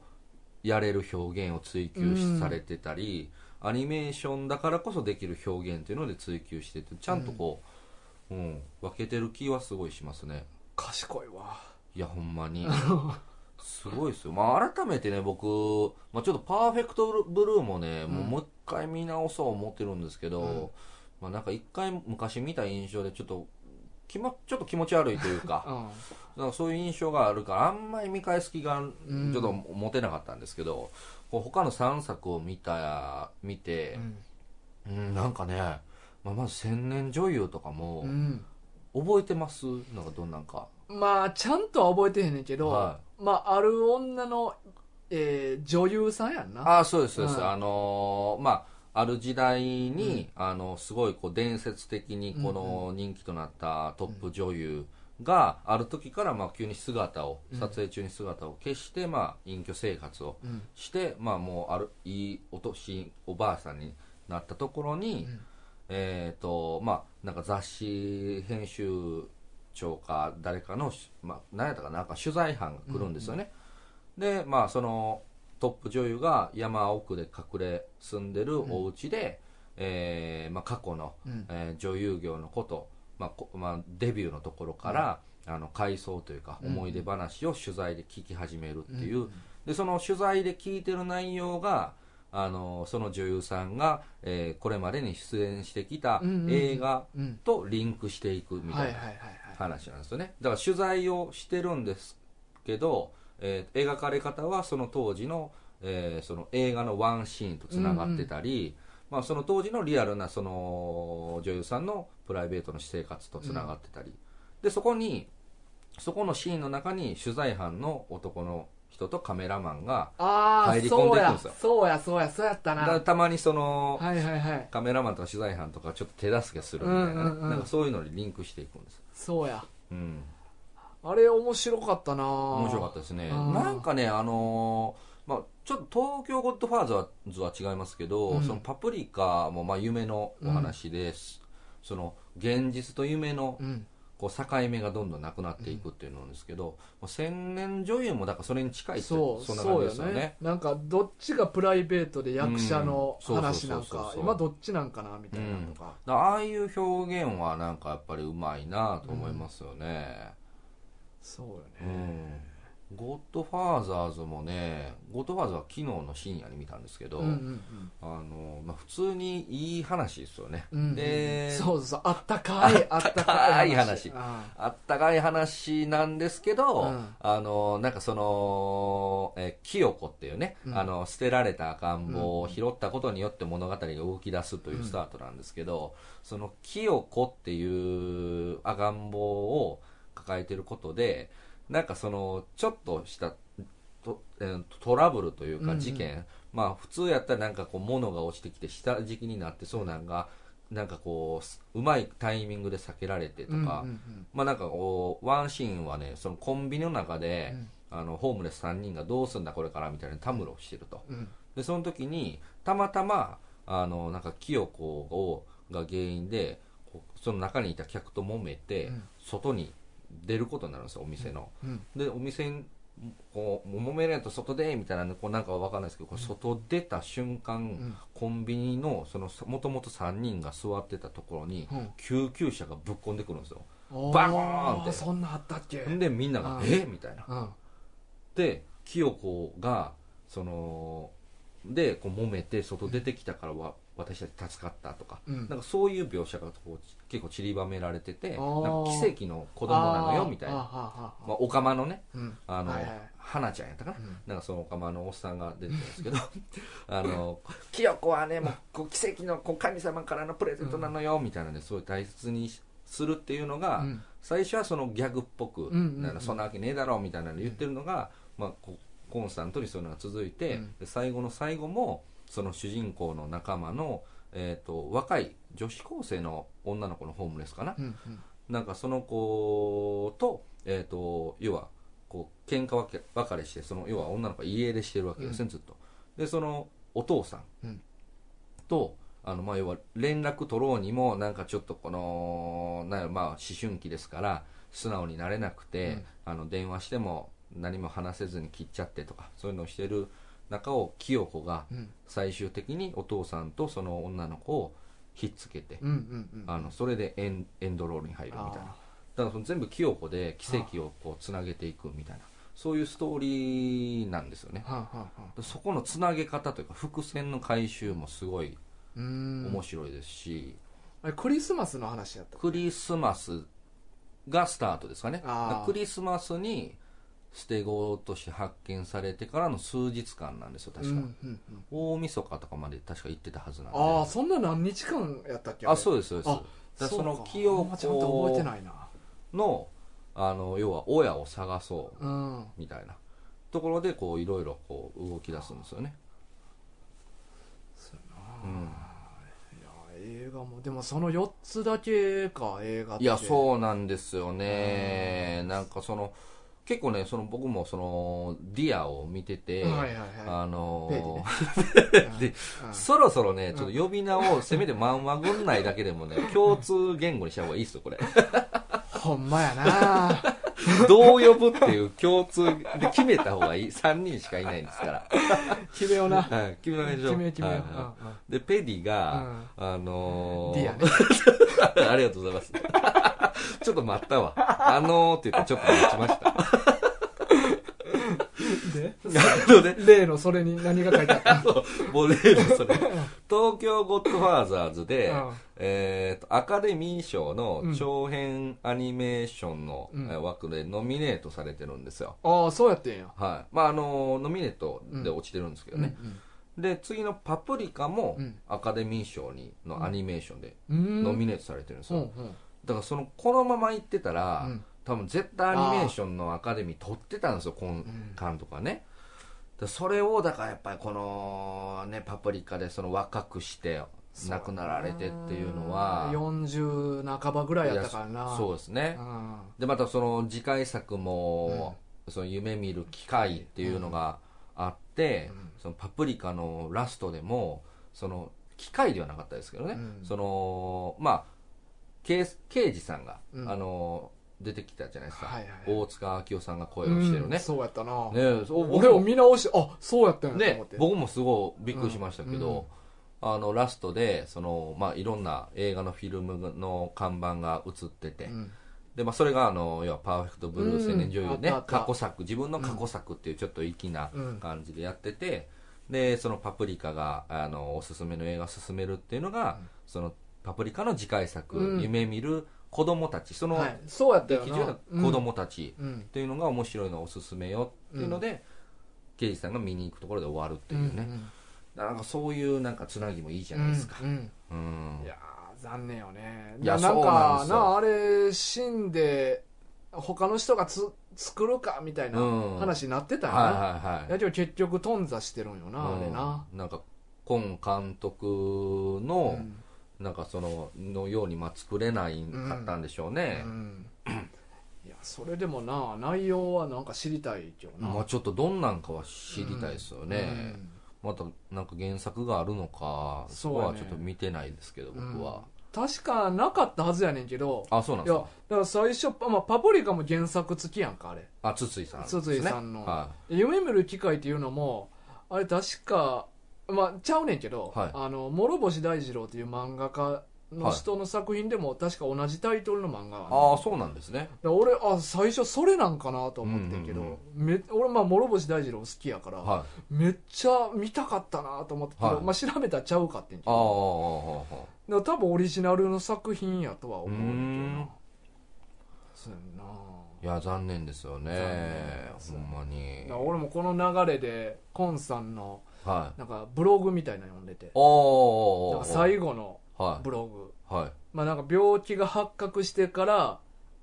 [SPEAKER 2] やれる表現を追求し
[SPEAKER 1] うん
[SPEAKER 2] されてたり、アニメーションだからこそできる表現というので追求しててちゃんとこう、うん分けてる気はすごいしますね
[SPEAKER 1] 賢いわ
[SPEAKER 2] いやほ
[SPEAKER 1] [laughs]
[SPEAKER 2] んまにすごいですよ、まあ、改めてね僕、まあ、ちょっと「パーフェクトブルー」もね、もう
[SPEAKER 1] うん
[SPEAKER 2] もう一回見直そう思ってるんですけど、
[SPEAKER 1] うん
[SPEAKER 2] まあ、なんか一回昔見た印象でちょっと気もちょっと気持ち悪いとい
[SPEAKER 1] [laughs]
[SPEAKER 2] うか
[SPEAKER 1] うん
[SPEAKER 2] なんかそういう印象があるからあんまり見返す気が
[SPEAKER 1] うん
[SPEAKER 2] ちょっと持てなかったんですけど、こう他の3作を見た見て、うんなんかね、まあ、まず千年女優とか
[SPEAKER 1] う
[SPEAKER 2] も
[SPEAKER 1] ん
[SPEAKER 2] 覚えてますなんかどんなんか
[SPEAKER 1] まあちゃんとは覚えてへんねんけど、
[SPEAKER 2] は
[SPEAKER 1] まあある女の、えー女優さんやんな
[SPEAKER 2] ああそうですそうです、
[SPEAKER 1] うん
[SPEAKER 2] あのーまあある時代に、あのすごいこう伝説的にこの人気となったトップ女優がある時からまあ急に姿を撮影中に姿を消して、まあ隠居生活を
[SPEAKER 1] うん
[SPEAKER 2] して、まあ、もうあるいいお年おばあさんになったところに、
[SPEAKER 1] うん
[SPEAKER 2] えっ、とまあなんか雑誌編集長か誰かの、まあ、何やったかななんか取材班が来るんですよね、でまあそのトップ女優が山奥で隠れ住んでるお家で、えーまあ、過去の、
[SPEAKER 1] うん
[SPEAKER 2] えー女優業のこと、まあこまあ、デビューのところから、あの回想というか
[SPEAKER 1] うん
[SPEAKER 2] 思い出話を取材で聞き始めるっていう、でその取材で聞いてる内容があのその女優さんが、えーこれまでに出演してきた
[SPEAKER 1] うんうんうん
[SPEAKER 2] 映画
[SPEAKER 1] うん
[SPEAKER 2] とリンクしていくみ
[SPEAKER 1] はいはい
[SPEAKER 2] た
[SPEAKER 1] い
[SPEAKER 2] な
[SPEAKER 1] はいはい
[SPEAKER 2] 話なんですよねだから取材をしてるんですけど、えー描かれ方はその当時の,、えーその映画のワンシーンとつながってたり、まあ、その当時のリアルなその女優さんのプライベートの私生活とつながってたり、でそこにそこのシーンの中に取材班の男の人とカメラマンが
[SPEAKER 1] あ
[SPEAKER 2] 入
[SPEAKER 1] あ
[SPEAKER 2] り込ん
[SPEAKER 1] そう
[SPEAKER 2] でいくん
[SPEAKER 1] や
[SPEAKER 2] ですよ
[SPEAKER 1] そうやそうやそうやった
[SPEAKER 2] だから
[SPEAKER 1] な
[SPEAKER 2] たまにその
[SPEAKER 1] はいはいはい
[SPEAKER 2] カメラマンとか取材班とかちょっと手助けするみたいなね、
[SPEAKER 1] うんうんうん
[SPEAKER 2] なんかそういうのにリンクしていくんです、
[SPEAKER 1] そうや
[SPEAKER 2] うん、
[SPEAKER 1] あれ面白かったな面
[SPEAKER 2] 面白かったですね
[SPEAKER 1] うん
[SPEAKER 2] なんかねあのーまあ、ちょっと東京ゴッドファーザーズは違いますけど、
[SPEAKER 1] うん
[SPEAKER 2] そのパプリカもまあ夢のお話です、その現実と夢の
[SPEAKER 1] うん
[SPEAKER 2] こう境目がどんどんなくなっていくっていうのなんですけど、もう千年女優もだからそれに近いって
[SPEAKER 1] そう
[SPEAKER 2] そんな感
[SPEAKER 1] そ
[SPEAKER 2] じ
[SPEAKER 1] うよ
[SPEAKER 2] ですよね
[SPEAKER 1] ねなんかどっちがプライベートで役者の
[SPEAKER 2] うんそうそうそう
[SPEAKER 1] 話
[SPEAKER 2] そう
[SPEAKER 1] なんか
[SPEAKER 2] そう
[SPEAKER 1] 今どっちなんかなみたいなのとか、
[SPEAKER 2] だからああいう表現はなんかやっぱりうまいなと思いますよね、
[SPEAKER 1] そうよ
[SPEAKER 2] う
[SPEAKER 1] ね、
[SPEAKER 2] んゴッドファーザーズもねゴッドファーザーは昨日の深夜に見たんですけど、
[SPEAKER 1] うんうん
[SPEAKER 2] あのまあ、普通にいい話ですよね、
[SPEAKER 1] うんうん
[SPEAKER 2] で
[SPEAKER 1] そうそうあったかいあったかい話
[SPEAKER 2] あったかい話
[SPEAKER 1] あ
[SPEAKER 2] あったかい話なんですけど、
[SPEAKER 1] うん
[SPEAKER 2] あのなんかその、えー、清子っていうね、
[SPEAKER 1] うん
[SPEAKER 2] あの捨てられた赤ん坊
[SPEAKER 1] う
[SPEAKER 2] を拾ったことによって物語が動き出すというスタートなんですけど、その清子っていう赤ん坊を抱えてることでなんかそのちょっとしたと、えートラブルという
[SPEAKER 1] うんう
[SPEAKER 2] か
[SPEAKER 1] ん
[SPEAKER 2] 事件、まあ普通やったらなんかこう物が落ちてきて下敷きになってそうなんが、なんかこうすうまいタイミングで避けられてとか、
[SPEAKER 1] うんうん
[SPEAKER 2] まあなんかこうワンシーンはねそのコンビニの中で、
[SPEAKER 1] うん
[SPEAKER 2] あのホームレス3人がどうすんだこれからみたいなたむろをしてると
[SPEAKER 1] うんうん
[SPEAKER 2] でその時にたまたまあのなんか清子をが原因でこうその中にいた客と揉めて、
[SPEAKER 1] うん
[SPEAKER 2] 外に出ることになるんですよお店の、
[SPEAKER 1] うん
[SPEAKER 2] でお店にこう揉めないと外でみたいなのこうなんかわかんないですけどこう外出た瞬間、
[SPEAKER 1] ん
[SPEAKER 2] コンビニのそのもともと3人が座ってたところに、
[SPEAKER 1] うん
[SPEAKER 2] 救急車がぶっこんでくるんですよ
[SPEAKER 1] おー
[SPEAKER 2] バコーンって
[SPEAKER 1] そんなんあったっけうん
[SPEAKER 2] でみんな
[SPEAKER 1] あ
[SPEAKER 2] が
[SPEAKER 1] あ
[SPEAKER 2] 「えみたいな
[SPEAKER 1] うん
[SPEAKER 2] で清子がそのでこう揉めて外出てきたからわ私たち助かったとか、
[SPEAKER 1] うん
[SPEAKER 2] なんかそういう描写がこう結構散りばめられててな
[SPEAKER 1] あ
[SPEAKER 2] んか
[SPEAKER 1] ー
[SPEAKER 2] 奇跡の子供なのよみたいな
[SPEAKER 1] あーあーあー
[SPEAKER 2] まあ、おかまのね
[SPEAKER 1] うん
[SPEAKER 2] あの、
[SPEAKER 1] はいはい
[SPEAKER 2] 花ちゃんやったかな、
[SPEAKER 1] うん
[SPEAKER 2] なんかそのおかまのおっさんが出てたんですけど [laughs] あの清子はねもうこう奇跡のこう神様からのプレゼントなのよ、みたいなのですごい大切にしするっていうのが、
[SPEAKER 1] うん
[SPEAKER 2] 最初はそのギャグっぽ
[SPEAKER 1] う
[SPEAKER 2] く、
[SPEAKER 1] んうんうん
[SPEAKER 2] なんかそんなわけねえだろうみたいなの言ってるのが、まあ、こうコンスタントにそういうのが続いて、
[SPEAKER 1] うん
[SPEAKER 2] で最後の最後もその主人公の仲間の、えー、と若い女子高生の女の子のホームレスかな、
[SPEAKER 1] うんうん
[SPEAKER 2] なんかその子と,、えー、と要はこう喧嘩わけ別れしてその要は女の子は家出してるわけですね、ずっとでそのお父さ
[SPEAKER 1] うん
[SPEAKER 2] んと、あのまあ要は連絡取ろうにもなんかちょっとこのなんやろまあ思春期ですから素直になれなくて、あの電話しても何も話せずに切っちゃってとかそういうのをしてる中を清子が
[SPEAKER 1] うん
[SPEAKER 2] 最終的にお父さんとその女の子をひっつけて、
[SPEAKER 1] うんうんうん
[SPEAKER 2] あのそれでエンエンドロールに入るみたいな
[SPEAKER 1] あ
[SPEAKER 2] だからその全部清子で奇跡をこうつなげていくみたいなそういうストーリーなんですよね
[SPEAKER 1] ーはんはんはん
[SPEAKER 2] そこのつなげ方というか伏線の回収もすごいう
[SPEAKER 1] ーん
[SPEAKER 2] 面白いですし、
[SPEAKER 1] あれクリスマスの話やった
[SPEAKER 2] クリスマスがスタートですかね
[SPEAKER 1] あー
[SPEAKER 2] クリスマスに捨て子として発見されてからの数日間なんですよ確か、
[SPEAKER 1] うんうんうん
[SPEAKER 2] 大晦日とかまで確か行ってたはずなんで
[SPEAKER 1] ああそんな何日間やったっけ
[SPEAKER 2] あそううですそうですだ
[SPEAKER 1] あ
[SPEAKER 2] から
[SPEAKER 1] そう
[SPEAKER 2] そ
[SPEAKER 1] か
[SPEAKER 2] の清
[SPEAKER 1] あんまちゃんと覚えて
[SPEAKER 2] 子
[SPEAKER 1] ないな
[SPEAKER 2] のあの要は親を探そう
[SPEAKER 1] うん
[SPEAKER 2] みたいなところでこういろいろこう動き出すんですよね、
[SPEAKER 1] そう
[SPEAKER 2] うん、
[SPEAKER 1] やな映画もでもその4つだけか映画って
[SPEAKER 2] い
[SPEAKER 1] い
[SPEAKER 2] や
[SPEAKER 1] う
[SPEAKER 2] そうなんですよねなんかその結構ねその僕もそのディアを見てて、
[SPEAKER 1] はいはいは
[SPEAKER 2] あのー
[SPEAKER 1] ペイでねい
[SPEAKER 2] で
[SPEAKER 1] うん
[SPEAKER 2] そろそろね、ちょっと呼び名をせめて漫画軍内だけでもね、共通言語にした方がいいですよ、これ。 [laughs]
[SPEAKER 1] ほんまやな
[SPEAKER 2] どう呼ぶっていう共通で決めた方がいい。3人しかいないんですから。
[SPEAKER 1] 決め [laughs] ような
[SPEAKER 2] はい、 [laughs] 決めましょう。
[SPEAKER 1] 決めよう決めよう
[SPEAKER 2] はいはいで、ペディが、あ
[SPEAKER 1] うんう
[SPEAKER 2] の
[SPEAKER 1] ん
[SPEAKER 2] ー
[SPEAKER 1] ディアね
[SPEAKER 2] [laughs] ありがとうございます。ちょっと待ったわ。あのーって言ってちょっと待ちま
[SPEAKER 1] [laughs]
[SPEAKER 2] した。あのね、
[SPEAKER 1] で例のそれに何が書いてあ
[SPEAKER 2] [laughs]
[SPEAKER 1] った
[SPEAKER 2] そう、もう例のそれ。東京ゴッドファーザーズで、
[SPEAKER 1] うん
[SPEAKER 2] えっと、アカデミー賞の長編アニメーションの、
[SPEAKER 1] うん
[SPEAKER 2] えー枠でノミネートされてるんですよ。
[SPEAKER 1] ああそうやってんや
[SPEAKER 2] はい。まあ、あのーノミネートで落ちてるんですけどね。で、次のパプリカも
[SPEAKER 1] うん
[SPEAKER 2] アカデミー賞にのアニメーションで
[SPEAKER 1] うんうん
[SPEAKER 2] ノミネートされてるんです
[SPEAKER 1] うんう
[SPEAKER 2] よ。
[SPEAKER 1] ん
[SPEAKER 2] だからその、このまま行ってたら、
[SPEAKER 1] うん
[SPEAKER 2] 多分絶対アニメーションのアカデミー取ってたんですよ今間とかね、だからそれをだからやっぱりこのねパプリカでその若くして亡くなられてっていうのは
[SPEAKER 1] 40半ばぐらいやったから
[SPEAKER 2] いや
[SPEAKER 1] な
[SPEAKER 2] そうですね
[SPEAKER 1] うん
[SPEAKER 2] でまたその次回作も、その夢見る機会っていうのがあって、そのパプリカのラストでもその機械ではなかったですけどね、
[SPEAKER 1] うん
[SPEAKER 2] そのまあ刑刑事さんが、
[SPEAKER 1] うん
[SPEAKER 2] あの出てきたじゃないですか、
[SPEAKER 1] はいはいはい
[SPEAKER 2] 大塚明夫さんが声をしてる
[SPEAKER 1] う
[SPEAKER 2] ね
[SPEAKER 1] ん、そうやったな、
[SPEAKER 2] ねそう僕
[SPEAKER 1] 俺を見直しあそうやったんやと思
[SPEAKER 2] で
[SPEAKER 1] って、
[SPEAKER 2] 僕もすごいびっくりしましたけど、あのラストでその、まあ、いろんな映画のフィルムの看板が映ってて、
[SPEAKER 1] うん
[SPEAKER 2] でまあ、それがあの要は「パーフェクトブルー青年女優
[SPEAKER 1] うん
[SPEAKER 2] ね」
[SPEAKER 1] あったあった
[SPEAKER 2] 過去作自分の過去作っていうちょっと粋な
[SPEAKER 1] うん
[SPEAKER 2] 感じでやってて、でその「パプリカが」あのおすすめの映画を勧めるっていうのが、その「パプリカ」の次回作「
[SPEAKER 1] うん
[SPEAKER 2] 夢見る子供たち」その
[SPEAKER 1] はい、そうやったよ
[SPEAKER 2] 劇場
[SPEAKER 1] な
[SPEAKER 2] の子供たち
[SPEAKER 1] うん、うん
[SPEAKER 2] っていうのが面白いのおすすめよっていうので、刑事さんが見に行くところで終わるっていうね、
[SPEAKER 1] ん
[SPEAKER 2] なんかそういうなんかつなぎもいいじゃないですか。
[SPEAKER 1] うん
[SPEAKER 2] うん
[SPEAKER 1] いやー残念よね
[SPEAKER 2] いや
[SPEAKER 1] ななん
[SPEAKER 2] そうな
[SPEAKER 1] か
[SPEAKER 2] んですよ
[SPEAKER 1] なあれ死んで他の人がつ作るかみたいな
[SPEAKER 2] うん
[SPEAKER 1] 話になってた
[SPEAKER 2] はい
[SPEAKER 1] よな、
[SPEAKER 2] はい
[SPEAKER 1] い
[SPEAKER 2] は
[SPEAKER 1] や
[SPEAKER 2] い。
[SPEAKER 1] でも結局頓挫してるんよな、あれな、
[SPEAKER 2] うんなんか、今監督の
[SPEAKER 1] う、ん
[SPEAKER 2] なんかその、のように、まあ、作れないかったんでしょうね。
[SPEAKER 1] いやそれでもな内容はなんか知りたいけどな、
[SPEAKER 2] まあ、ちょっとどんなんかは知りたいですよね。また、なんか原作があるのか、そこは
[SPEAKER 1] そう
[SPEAKER 2] ち
[SPEAKER 1] やね
[SPEAKER 2] ょっと見てないですけど、
[SPEAKER 1] うん
[SPEAKER 2] 僕は。
[SPEAKER 1] 確かなかったはずやねんけど
[SPEAKER 2] あ、そうなん
[SPEAKER 1] い
[SPEAKER 2] で
[SPEAKER 1] やだ
[SPEAKER 2] すか。
[SPEAKER 1] から最初、まあ、パプリカも原作付きやんかあれ
[SPEAKER 2] あ、筒井さんですね。
[SPEAKER 1] 筒井さんの
[SPEAKER 2] は
[SPEAKER 1] 夢見る機会っていうのもあれ確かまあちゃうねんけど、
[SPEAKER 2] はい
[SPEAKER 1] あの諸星大二郎っていう漫画家の人の作品でも確か同じタイトルの漫画があん
[SPEAKER 2] い。
[SPEAKER 1] ねん
[SPEAKER 2] ああ、そうなんですね。
[SPEAKER 1] だから俺あ最初それなんかなと思ってんけど、
[SPEAKER 2] うんうん
[SPEAKER 1] め俺まあ諸星大二郎好きやから、
[SPEAKER 2] はい。
[SPEAKER 1] めっちゃ見たかったなと思ってたけど、
[SPEAKER 2] はい
[SPEAKER 1] まあ、調べたらちゃうかってんけ
[SPEAKER 2] ああ、ああ、あ
[SPEAKER 1] ど
[SPEAKER 2] あ
[SPEAKER 1] だ
[SPEAKER 2] ああ。
[SPEAKER 1] から多分オリジナルの作品やとは思う
[SPEAKER 2] うー
[SPEAKER 1] んだけど
[SPEAKER 2] ん
[SPEAKER 1] なそうやんない
[SPEAKER 2] や、残念ですよね。ほ
[SPEAKER 1] 残
[SPEAKER 2] んまに
[SPEAKER 1] だか。ら俺もこの流れでコンさんの
[SPEAKER 2] はい。
[SPEAKER 1] なんかブログみたいなの読んでて
[SPEAKER 2] おー
[SPEAKER 1] なんか最後の
[SPEAKER 2] は
[SPEAKER 1] ブログ
[SPEAKER 2] いはい
[SPEAKER 1] まあなんか病気が発覚してから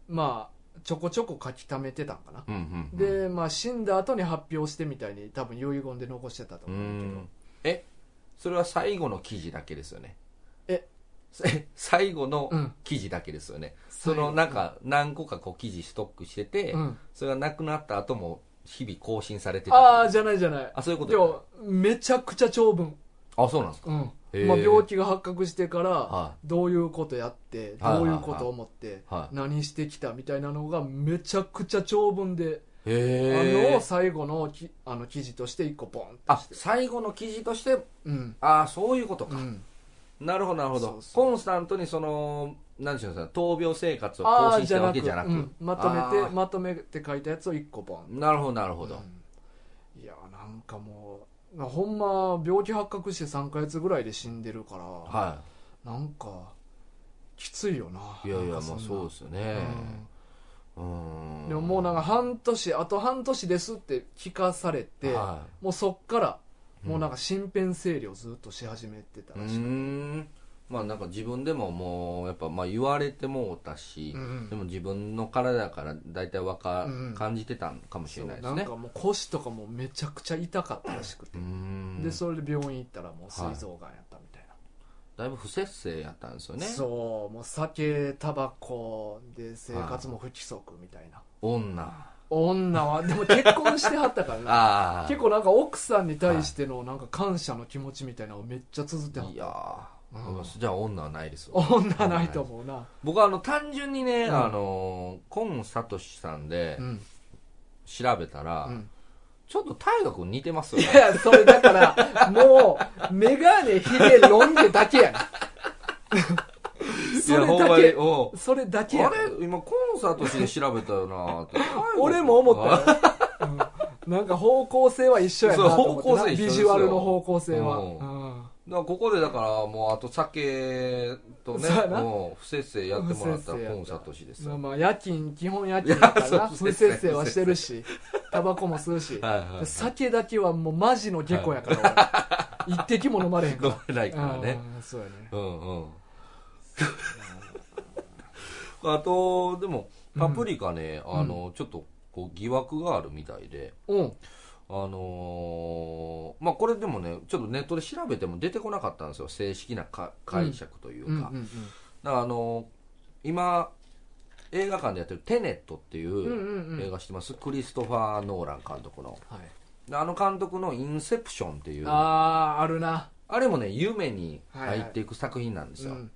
[SPEAKER 1] まあちょこちょこ書き溜めてたんかな、
[SPEAKER 2] うんうんうん
[SPEAKER 1] でまあ死んだ後に発表してみたいに多分遺言で残してたと
[SPEAKER 2] うー
[SPEAKER 1] 思うんだけど
[SPEAKER 2] んえそれは最後の記事だけですよね
[SPEAKER 1] え
[SPEAKER 2] え [laughs] 最後の
[SPEAKER 1] うん
[SPEAKER 2] 記事だけですよね、
[SPEAKER 1] 最
[SPEAKER 2] そ
[SPEAKER 1] 後
[SPEAKER 2] のなんか何個かこう記事ストックしてて、
[SPEAKER 1] うん
[SPEAKER 2] それがなくなった後も日々更新されてた
[SPEAKER 1] ああじゃないじゃない
[SPEAKER 2] あそういうこと
[SPEAKER 1] でもめちゃくちゃ長文
[SPEAKER 2] あそうなんですか
[SPEAKER 1] うん
[SPEAKER 2] へー
[SPEAKER 1] まあ、病気が発覚してか
[SPEAKER 2] は
[SPEAKER 1] らどういうことやって
[SPEAKER 2] はいはい
[SPEAKER 1] ど
[SPEAKER 2] は
[SPEAKER 1] うい
[SPEAKER 2] い
[SPEAKER 1] うことを思って
[SPEAKER 2] はい
[SPEAKER 1] 何してきたみたいなのがめちゃくちゃ長文であ
[SPEAKER 2] へえ
[SPEAKER 1] の最後のきあの記事として一個ポン
[SPEAKER 2] あ最後の記事として
[SPEAKER 1] うん
[SPEAKER 2] ああそういうこと
[SPEAKER 1] う
[SPEAKER 2] か、
[SPEAKER 1] ん
[SPEAKER 2] なるほどなるほど
[SPEAKER 1] そうそう
[SPEAKER 2] コンスタントにその何でしょうね闘病生活を更新したわけじゃなく
[SPEAKER 1] うんまとめ
[SPEAKER 2] あ
[SPEAKER 1] てまとめて書いたやつを一個ポン
[SPEAKER 2] ーなるほどなるほど、
[SPEAKER 1] うんいやなんかもうなほんま病気発覚して3ヶ月ぐらいで死んでるから、
[SPEAKER 2] はい
[SPEAKER 1] なんかきついよない
[SPEAKER 2] いやいや
[SPEAKER 1] も
[SPEAKER 2] まあそうですよねうん
[SPEAKER 1] でももうなんか半年あと半年ですって聞かされて、
[SPEAKER 2] は
[SPEAKER 1] もうそっから
[SPEAKER 2] うん
[SPEAKER 1] もうなんか身辺整理をずっとし始めてた
[SPEAKER 2] い、う
[SPEAKER 1] らしい、
[SPEAKER 2] ーんまあなんか自分でももうやっぱまあ言われてもうたし、
[SPEAKER 1] うんうん
[SPEAKER 2] でも自分の体だから大体わか、
[SPEAKER 1] うんうん
[SPEAKER 2] 感じてたのかも
[SPEAKER 1] そ
[SPEAKER 2] しれ
[SPEAKER 1] う
[SPEAKER 2] ないで
[SPEAKER 1] な
[SPEAKER 2] す
[SPEAKER 1] ん
[SPEAKER 2] ね
[SPEAKER 1] かもう腰とかもめちゃくちゃ痛かったらしくて
[SPEAKER 2] うー、ん
[SPEAKER 1] でそれで病院行ったらもう膵臓がんやったみたいな、
[SPEAKER 2] だいぶ不節制やったんですよね
[SPEAKER 1] そうもう酒タバコで生活も不規則みたいな、
[SPEAKER 2] 女
[SPEAKER 1] 女はでも結婚してはったからな
[SPEAKER 2] [laughs] ああ
[SPEAKER 1] 結構なんか奥さんに対してのなんか感謝の気持ちみたいなのをめっちゃ綴ってはっ
[SPEAKER 2] いやー
[SPEAKER 1] うん
[SPEAKER 2] じゃあ女はないですよ
[SPEAKER 1] た女ないと思うな、
[SPEAKER 2] 僕はあの単純にね、
[SPEAKER 1] うん
[SPEAKER 2] あのーコンサトシさんで
[SPEAKER 1] うん
[SPEAKER 2] 調べたら、
[SPEAKER 1] うん
[SPEAKER 2] ちょっと大河君似てますよね
[SPEAKER 1] いや、それだから、もう、メガネ、ヒゲ、ロン毛だけやん。 [laughs] それ
[SPEAKER 2] いやほん
[SPEAKER 1] だ
[SPEAKER 2] まに
[SPEAKER 1] け、
[SPEAKER 2] おう
[SPEAKER 1] それだけや
[SPEAKER 2] あ
[SPEAKER 1] ん
[SPEAKER 2] れ今コンサートして調べたよなって
[SPEAKER 1] [laughs] 俺も思ったよ。うんなんか方向性は一緒やなと思ってな
[SPEAKER 2] そう方向性一緒
[SPEAKER 1] ビ
[SPEAKER 2] です
[SPEAKER 1] ジ
[SPEAKER 2] よ
[SPEAKER 1] ュアルの方向性は。
[SPEAKER 2] うん
[SPEAKER 1] うん
[SPEAKER 2] だからここでだからもうあと酒とね
[SPEAKER 1] そうやな
[SPEAKER 2] もう不節制やってもらったらコンサートしです
[SPEAKER 1] ま
[SPEAKER 2] よ
[SPEAKER 1] あまあ、夜勤、基本夜勤だか
[SPEAKER 2] いや
[SPEAKER 1] らな。
[SPEAKER 2] そう
[SPEAKER 1] 不節制はしてるし、タバコも吸うし。
[SPEAKER 2] はいはいはい
[SPEAKER 1] 酒だけはもうマジの下戸やから、俺一滴も飲まれへんか
[SPEAKER 2] 飲
[SPEAKER 1] ら。
[SPEAKER 2] めないからね
[SPEAKER 1] うんそうやね。
[SPEAKER 2] うんうん [laughs] あとでもパプリカね、あのちょっとこう疑惑があるみたいで
[SPEAKER 1] うん。
[SPEAKER 2] あのーまあこれでもねちょっとネットで調べても出てこなかったんですよ正式なか解釈というか、
[SPEAKER 1] うんうんうん
[SPEAKER 2] だからあの今映画館でやってる「テネット」ってい
[SPEAKER 1] んうんう
[SPEAKER 2] うん映画してます、クリストファー・ノーラン監督の
[SPEAKER 1] はい。
[SPEAKER 2] であの監督の「インセプション」っていうあ
[SPEAKER 1] あー、あるな。
[SPEAKER 2] れもね夢に入っていく作品なんですよ、
[SPEAKER 1] うん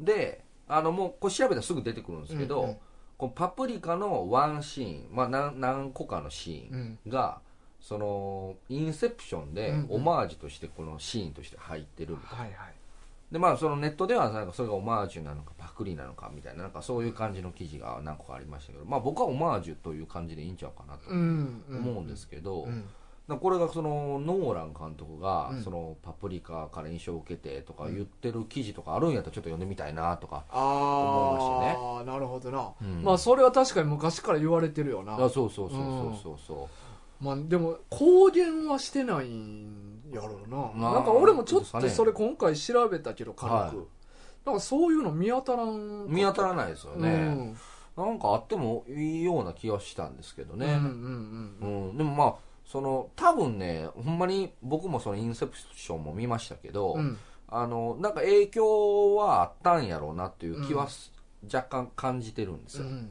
[SPEAKER 2] であのもうこう調べたらすぐ出てくるんですけど、
[SPEAKER 1] うんうん
[SPEAKER 2] このパプリカのワンシーン、まあ、何何個かのシ
[SPEAKER 1] う
[SPEAKER 2] ー
[SPEAKER 1] ん
[SPEAKER 2] ンが、そのインセプションで
[SPEAKER 1] うんうん
[SPEAKER 2] オマージュとしてこのシーンとして入ってるみたいな
[SPEAKER 1] はいはい
[SPEAKER 2] でまあそのネットではなんかそれがオマージュなのかパクリなのかみたいななんかそういう感じの記事が何個かありましたけど、まあ、僕はオマージュという感じでいいんちゃうかなと
[SPEAKER 1] うん
[SPEAKER 2] 思うんですけど、
[SPEAKER 1] うん
[SPEAKER 2] だからこれがそのノーラン監督が
[SPEAKER 1] うん
[SPEAKER 2] そのパプリカから印象を受けてとか言ってる記事とかあるんやったらちょっと読んでみたいなとか、思いま
[SPEAKER 1] ああ、なるほどな、
[SPEAKER 2] うん
[SPEAKER 1] まあそれは確かに昔から言われてるよな
[SPEAKER 2] あそうそうそうそうそうそ
[SPEAKER 1] まあ、でも公言はしてないんやろうな、
[SPEAKER 2] まあ
[SPEAKER 1] なんか俺もちょっ
[SPEAKER 2] そうで
[SPEAKER 1] と
[SPEAKER 2] すね
[SPEAKER 1] それ今回調べたけど軽く、
[SPEAKER 2] はい
[SPEAKER 1] なんかそういうの見当たら
[SPEAKER 2] うん見当た
[SPEAKER 1] ん
[SPEAKER 2] らないですよね、なんかあってもいいような気がしたんですけど
[SPEAKER 1] うん、
[SPEAKER 2] ね、
[SPEAKER 1] うんうん
[SPEAKER 2] う
[SPEAKER 1] うん
[SPEAKER 2] ん、でもまあその多分ねほんまに僕もそのインセプションも見ましたけど、
[SPEAKER 1] うん
[SPEAKER 2] あのなんか影響はあったんやろうなっていう気はす、若干感じてるんです
[SPEAKER 1] う
[SPEAKER 2] よ、
[SPEAKER 1] ん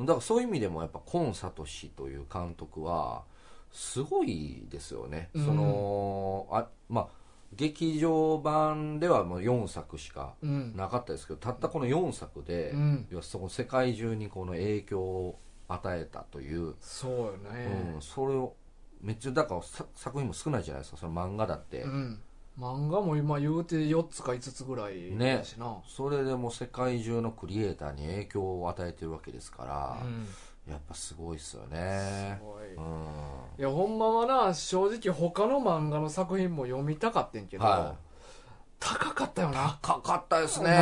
[SPEAKER 2] だからそういう意味でもやっぱコン・サトシという監督はすごいですよね、
[SPEAKER 1] うん
[SPEAKER 2] そのあまあ劇場版ではもう4作しか
[SPEAKER 1] うん
[SPEAKER 2] なかったですけどたったこの4作で、
[SPEAKER 1] うん
[SPEAKER 2] 要はその世界中にこの影響を与えたという
[SPEAKER 1] そうよね
[SPEAKER 2] うん、それをめっちゃだからさ作品も少ないじゃないですかその漫画だって、
[SPEAKER 1] うん、漫画も今言うて4つか5つぐらいだしな、
[SPEAKER 2] それでもう世界中のクリエイターに影響を与えてるわけですから、
[SPEAKER 1] うん
[SPEAKER 2] やっぱすごいっすよ
[SPEAKER 1] す
[SPEAKER 2] ね
[SPEAKER 1] ごい
[SPEAKER 2] うん
[SPEAKER 1] いやほんまはな正直他の漫画の作品も読みたかってんけど、
[SPEAKER 2] はい
[SPEAKER 1] 高かったよな
[SPEAKER 2] 高かったですね
[SPEAKER 1] な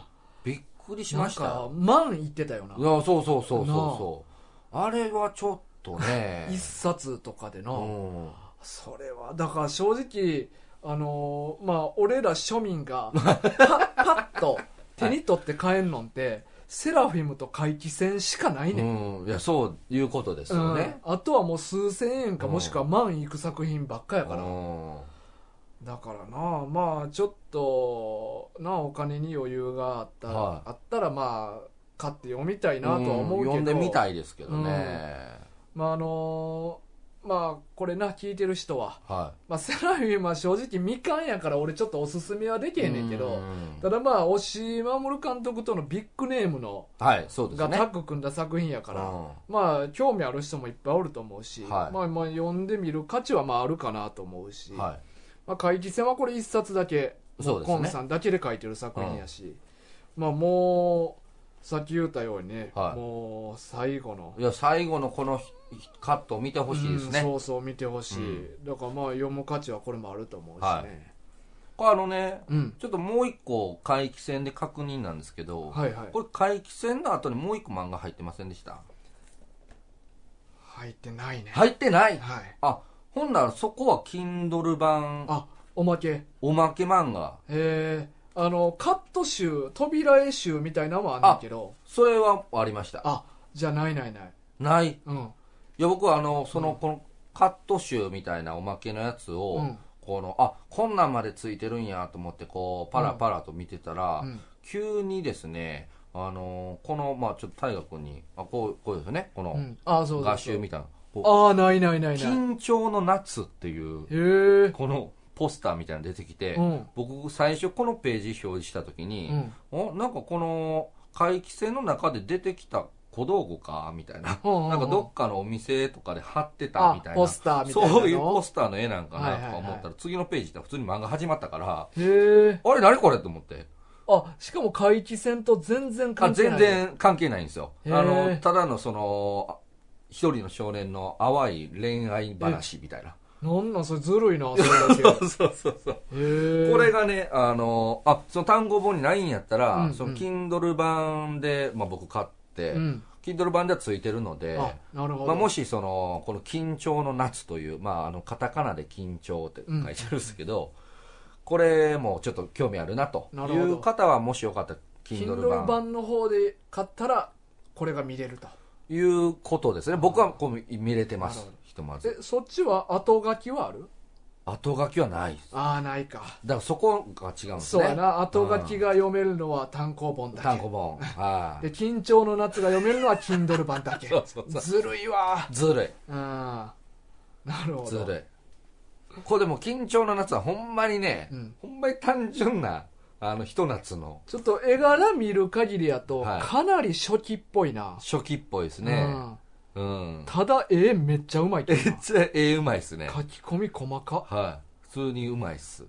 [SPEAKER 1] あ
[SPEAKER 2] びっくりしました
[SPEAKER 1] なんか
[SPEAKER 2] よ
[SPEAKER 1] 万いってたよない
[SPEAKER 2] やそうそうそうそうそうあれはちょっ
[SPEAKER 1] [laughs]
[SPEAKER 2] とね
[SPEAKER 1] 一冊とかでな、
[SPEAKER 2] うん
[SPEAKER 1] それはだから正直あのーまあ俺ら庶民が
[SPEAKER 2] [laughs]
[SPEAKER 1] パッパッと手に取って買えんのって、セラフィムと回帰戦しかないねん、
[SPEAKER 2] うん、いやそういうことですよね、
[SPEAKER 1] うんあとはもう数千円か
[SPEAKER 2] うん
[SPEAKER 1] もしくは万いく作品ばっかや
[SPEAKER 2] だ
[SPEAKER 1] から、
[SPEAKER 2] うん
[SPEAKER 1] だからなまあちょっとなお金に余裕があったら、
[SPEAKER 2] はい
[SPEAKER 1] あったらまあ買って読みたいなとは思うけど、
[SPEAKER 2] 読んでみたいですけどね、
[SPEAKER 1] まああのーまあこれな聞いてる人は、
[SPEAKER 2] は
[SPEAKER 1] まあ、セラフィムは正直未完やから俺ちょっとおすすめはで
[SPEAKER 2] い
[SPEAKER 1] きへんねんけ
[SPEAKER 2] う
[SPEAKER 1] ど
[SPEAKER 2] ん
[SPEAKER 1] ただまあ押井守監督とのビッグネームの
[SPEAKER 2] はいそうです
[SPEAKER 1] がタ
[SPEAKER 2] ね
[SPEAKER 1] ッグ組んだ作品やから、
[SPEAKER 2] うん
[SPEAKER 1] まあ興味ある人もいっぱいおると思うし、
[SPEAKER 2] はい
[SPEAKER 1] まあ、まあ読んでみる価値はまああるかなと思うし、
[SPEAKER 2] は
[SPEAKER 1] まあ、会議戦はこれ一冊だけ、
[SPEAKER 2] い、そうです
[SPEAKER 1] コン
[SPEAKER 2] ね
[SPEAKER 1] さんだけで書いてる作品やし、まあもうさっき言ったようにね、
[SPEAKER 2] はい
[SPEAKER 1] もう最後の
[SPEAKER 2] いや最後のこのひカットを見てほしいですね、
[SPEAKER 1] うんそうそう見てほしい、
[SPEAKER 2] う
[SPEAKER 1] だからまあ読む価値はこれもあると思うしね、
[SPEAKER 2] はいこれあのね
[SPEAKER 1] うん
[SPEAKER 2] ちょっともう一個回帰戦で確認なんですけど、
[SPEAKER 1] はいはい
[SPEAKER 2] これ回帰戦の後にもう一個漫画入ってませんでした
[SPEAKER 1] 入ってないね
[SPEAKER 2] 入ってない
[SPEAKER 1] はい
[SPEAKER 2] あほんならそこは Kindle 版
[SPEAKER 1] あおまけへ
[SPEAKER 2] おまけ漫画
[SPEAKER 1] えあのカット集扉絵集みたいなのもあんねんけど
[SPEAKER 2] それはありました
[SPEAKER 1] あじゃあないないない
[SPEAKER 2] ないい
[SPEAKER 1] うん
[SPEAKER 2] や僕はあのその、このカット集みたいなおまけのやつを、
[SPEAKER 1] うん
[SPEAKER 2] このあこんなんまでついてるんやと思ってこうパラパラと見てたら、
[SPEAKER 1] うん
[SPEAKER 2] 急にですね、あのーこの、まあ、ちょっと大河君に、あ、こう、こうですよね、こ
[SPEAKER 1] う
[SPEAKER 2] の
[SPEAKER 1] んあそうそうそう
[SPEAKER 2] 画集みたいな、こ
[SPEAKER 1] ああないないうないないへ
[SPEAKER 2] 緊張の夏っていう、
[SPEAKER 1] え
[SPEAKER 2] このポスターみたいなの出てきて、
[SPEAKER 1] うん
[SPEAKER 2] 僕、最初このページ表示した時に
[SPEAKER 1] う、ん
[SPEAKER 2] お、なんかこの、回帰戦の中で出てきた小道具か、みたいな。
[SPEAKER 1] うんうんうん
[SPEAKER 2] なんかどっかのお店とかで貼ってた
[SPEAKER 1] あ
[SPEAKER 2] みたい
[SPEAKER 1] ポ
[SPEAKER 2] な。
[SPEAKER 1] スターみたいなの
[SPEAKER 2] そういうポスターの絵なんか
[SPEAKER 1] はい
[SPEAKER 2] な
[SPEAKER 1] はいはい
[SPEAKER 2] とか思ったら、次のページって普通に漫画始まったから、
[SPEAKER 1] へえ
[SPEAKER 2] あれ何これと思って。
[SPEAKER 1] あしかも怪奇戦と全然
[SPEAKER 2] あ
[SPEAKER 1] 関係な
[SPEAKER 2] 全
[SPEAKER 1] い
[SPEAKER 2] 然関係ないんですよ。
[SPEAKER 1] へー
[SPEAKER 2] あの、ただのその、あ一人の少年の淡い恋愛話みたいな。
[SPEAKER 1] なんなんそれずるい [laughs] なそ
[SPEAKER 2] [laughs]
[SPEAKER 1] れだけ
[SPEAKER 2] そうそうそう。
[SPEAKER 1] へえ
[SPEAKER 2] これがね、あの、あ、その単語本にないんやったら、
[SPEAKER 1] うんうん
[SPEAKER 2] その Kindle 版で、まあ僕買って、
[SPEAKER 1] うん、
[SPEAKER 2] Kindle 版ではついてるので、
[SPEAKER 1] あなるほど、
[SPEAKER 2] まあ、もしその、この緊張の夏という、まああの、カタカナで緊張って書いてあるんですけど、これもちょっと興味あるなとい
[SPEAKER 1] なるほど
[SPEAKER 2] う方は、もしよかったら Kindle
[SPEAKER 1] Kindle
[SPEAKER 2] 版。
[SPEAKER 1] 版の方で買ったらこれが見れると
[SPEAKER 2] いうことですね。僕はこう見れてま
[SPEAKER 1] なる
[SPEAKER 2] す
[SPEAKER 1] ほど。
[SPEAKER 2] ひとまず。
[SPEAKER 1] えそっちは後書きはある
[SPEAKER 2] 後書きはないです。だか
[SPEAKER 1] ああないか
[SPEAKER 2] らそこが違うんです
[SPEAKER 1] そう
[SPEAKER 2] ね。
[SPEAKER 1] やな後書きが読めるのは単行本だ
[SPEAKER 2] 単
[SPEAKER 1] け
[SPEAKER 2] 行本。はい。
[SPEAKER 1] で緊張の夏が読めるのは Kindle 版だけ
[SPEAKER 2] [laughs] そうそうそう
[SPEAKER 1] ずるいわ
[SPEAKER 2] ずる
[SPEAKER 1] うんなるほ
[SPEAKER 2] い。
[SPEAKER 1] ど
[SPEAKER 2] ずるい。これでも緊張の夏はほんまにね、
[SPEAKER 1] うん
[SPEAKER 2] ほんまに単純なあのひと夏の
[SPEAKER 1] ちょっと絵柄見る限りやと、
[SPEAKER 2] はい
[SPEAKER 1] かなり初期っぽいな。
[SPEAKER 2] 初期っぽいです
[SPEAKER 1] う
[SPEAKER 2] ね
[SPEAKER 1] ん
[SPEAKER 2] うん
[SPEAKER 1] ただ、絵めっちゃうまいけ
[SPEAKER 2] めっ [laughs]
[SPEAKER 1] どな
[SPEAKER 2] ちゃ絵うまいっすね
[SPEAKER 1] 書き込み細か。
[SPEAKER 2] はい普通にうまいっす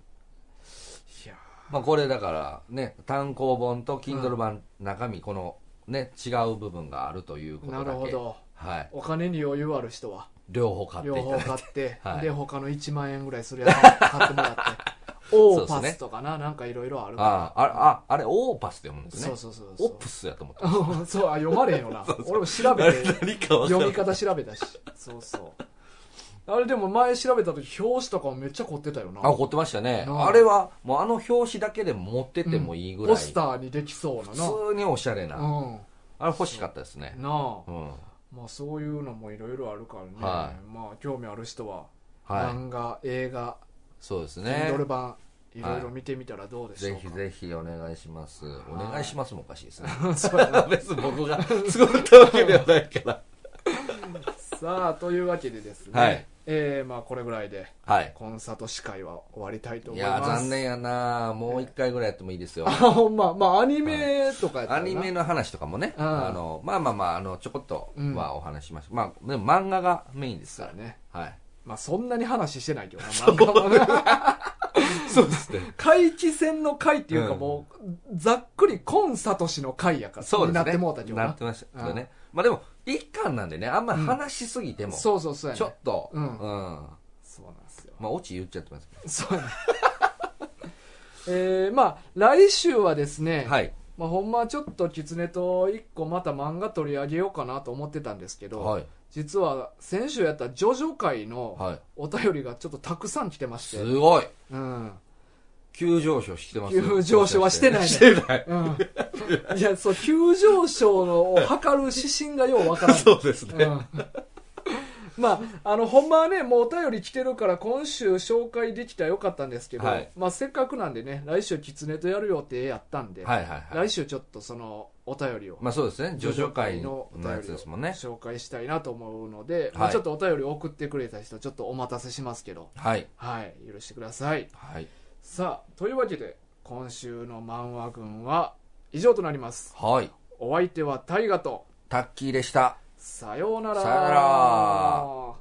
[SPEAKER 1] いや
[SPEAKER 2] まあこれだからね単行本と Kindle 版中身このね違う部分があるということだ
[SPEAKER 1] な
[SPEAKER 2] け
[SPEAKER 1] るほど。
[SPEAKER 2] はい
[SPEAKER 1] お金に余裕ある人は、
[SPEAKER 2] 両方買ってい
[SPEAKER 1] 両方
[SPEAKER 2] ただいて
[SPEAKER 1] 買って、
[SPEAKER 2] はい
[SPEAKER 1] で、他の1万円ぐらいするやつ買ってもら
[SPEAKER 2] [laughs]
[SPEAKER 1] って。オーパスとかな、なんかいろいろあるか
[SPEAKER 2] あああれああれオーパスって読むんで
[SPEAKER 1] ら。
[SPEAKER 2] すね
[SPEAKER 1] そうそうそうそ
[SPEAKER 2] オプスやと思った
[SPEAKER 1] う。 [laughs] そう、あ、読まれへんよな
[SPEAKER 2] [laughs] そう。そう
[SPEAKER 1] 俺も調べて。
[SPEAKER 2] [laughs] 何か分
[SPEAKER 1] 読み
[SPEAKER 2] か
[SPEAKER 1] 方調べたしそうそうあれでも前調べた時表紙とかもめっちゃ凝ってたよな
[SPEAKER 2] あ怒ってましたね
[SPEAKER 1] なあ
[SPEAKER 2] あれはもうあの表紙だけで持っててもいいぐらい
[SPEAKER 1] ポスターにできそうなな
[SPEAKER 2] 普通におしゃれな
[SPEAKER 1] う
[SPEAKER 2] あれ欲しかったですね
[SPEAKER 1] んなあ
[SPEAKER 2] うんは
[SPEAKER 1] まあそういうのもいろいろあるからね、
[SPEAKER 2] は
[SPEAKER 1] まあ興味ある人は、
[SPEAKER 2] い
[SPEAKER 1] 漫画映画
[SPEAKER 2] そうですね
[SPEAKER 1] ドル版いろいろ見てみたらどうでしょう
[SPEAKER 2] ぜ
[SPEAKER 1] か、
[SPEAKER 2] ひぜひお願いしますお願いしますもおかしいですね
[SPEAKER 1] ひ [laughs] そうやな
[SPEAKER 2] [laughs] 別に僕がすごいたわけではないから
[SPEAKER 1] さあというわけでですね、
[SPEAKER 2] はい
[SPEAKER 1] えーまあこれぐらいで
[SPEAKER 2] はい
[SPEAKER 1] コンサート司会は終わり [laughs] たいと
[SPEAKER 2] い
[SPEAKER 1] 思い
[SPEAKER 2] や
[SPEAKER 1] ます
[SPEAKER 2] 残念やなもう一回ぐらいやってもいいですよ
[SPEAKER 1] あ [laughs] ほんままあアニメとかやった
[SPEAKER 2] ア
[SPEAKER 1] らな
[SPEAKER 2] ニメの話とかもね、
[SPEAKER 1] うん
[SPEAKER 2] あのまあまあまああのちょこっとはお話ししました、まあでも漫画がメインです
[SPEAKER 1] そ
[SPEAKER 2] か
[SPEAKER 1] う
[SPEAKER 2] ら
[SPEAKER 1] やね [laughs]
[SPEAKER 2] はい
[SPEAKER 1] まあそんなに話してないけどな漫画は [laughs] な
[SPEAKER 2] そうですね
[SPEAKER 1] 回帰戦の回っていうか
[SPEAKER 2] うん
[SPEAKER 1] もう、ざっくりコンサトシの回やから
[SPEAKER 2] そうですね。
[SPEAKER 1] になってもうたけど
[SPEAKER 2] な
[SPEAKER 1] な
[SPEAKER 2] ってましたけどね。まあでも、一巻なんでね、あんま話しすぎても、ちょ
[SPEAKER 1] そうそうそうやね
[SPEAKER 2] っと、
[SPEAKER 1] う
[SPEAKER 2] うんん。
[SPEAKER 1] そうなんですよ
[SPEAKER 2] まあ、オチ言っちゃってますけ
[SPEAKER 1] そうやね [laughs] えー、まあ来週はですね、
[SPEAKER 2] ど。はい。
[SPEAKER 1] まあ、ほんまはちょっとキツネと一個また漫画取り上げようかなと思ってたんですけど、
[SPEAKER 2] はい。
[SPEAKER 1] 実は先週やったジョジョ会の
[SPEAKER 2] はい。
[SPEAKER 1] お便りがちょっとたくさん来てまして、
[SPEAKER 2] すごい
[SPEAKER 1] うん、
[SPEAKER 2] 急上昇してます
[SPEAKER 1] 急上昇はしてないね
[SPEAKER 2] してない。
[SPEAKER 1] うん、いやそう急上昇のを測る指針がようわからん
[SPEAKER 2] そうです
[SPEAKER 1] う
[SPEAKER 2] ね。
[SPEAKER 1] んまあ、あの、ほんまはね、もうお便り来てるから、今週紹介できたらよかったんですけど、
[SPEAKER 2] はい
[SPEAKER 1] まあ、せっかくなんでね、来週、キツネとやる予定やったんで、
[SPEAKER 2] はいはいはい。
[SPEAKER 1] 来週ちょっとその、お便りを、
[SPEAKER 2] まあそうですね。
[SPEAKER 1] ジョ
[SPEAKER 2] 上
[SPEAKER 1] ジョ
[SPEAKER 2] 昇
[SPEAKER 1] 会
[SPEAKER 2] 会
[SPEAKER 1] の
[SPEAKER 2] の
[SPEAKER 1] お便りを
[SPEAKER 2] やつですもんね。
[SPEAKER 1] 紹介したいなと思うので、まあ
[SPEAKER 2] はい
[SPEAKER 1] ちょっとお便りを送ってくれた人、ちょっとお待たせしますけど、
[SPEAKER 2] はい。
[SPEAKER 1] はい、許してください。
[SPEAKER 2] はい。
[SPEAKER 1] さあ、というわけで、今週の漫画群は以上となります。
[SPEAKER 2] はい。
[SPEAKER 1] お相手は大ガと、
[SPEAKER 2] タッキーでした。
[SPEAKER 1] さようなら。
[SPEAKER 2] さようなら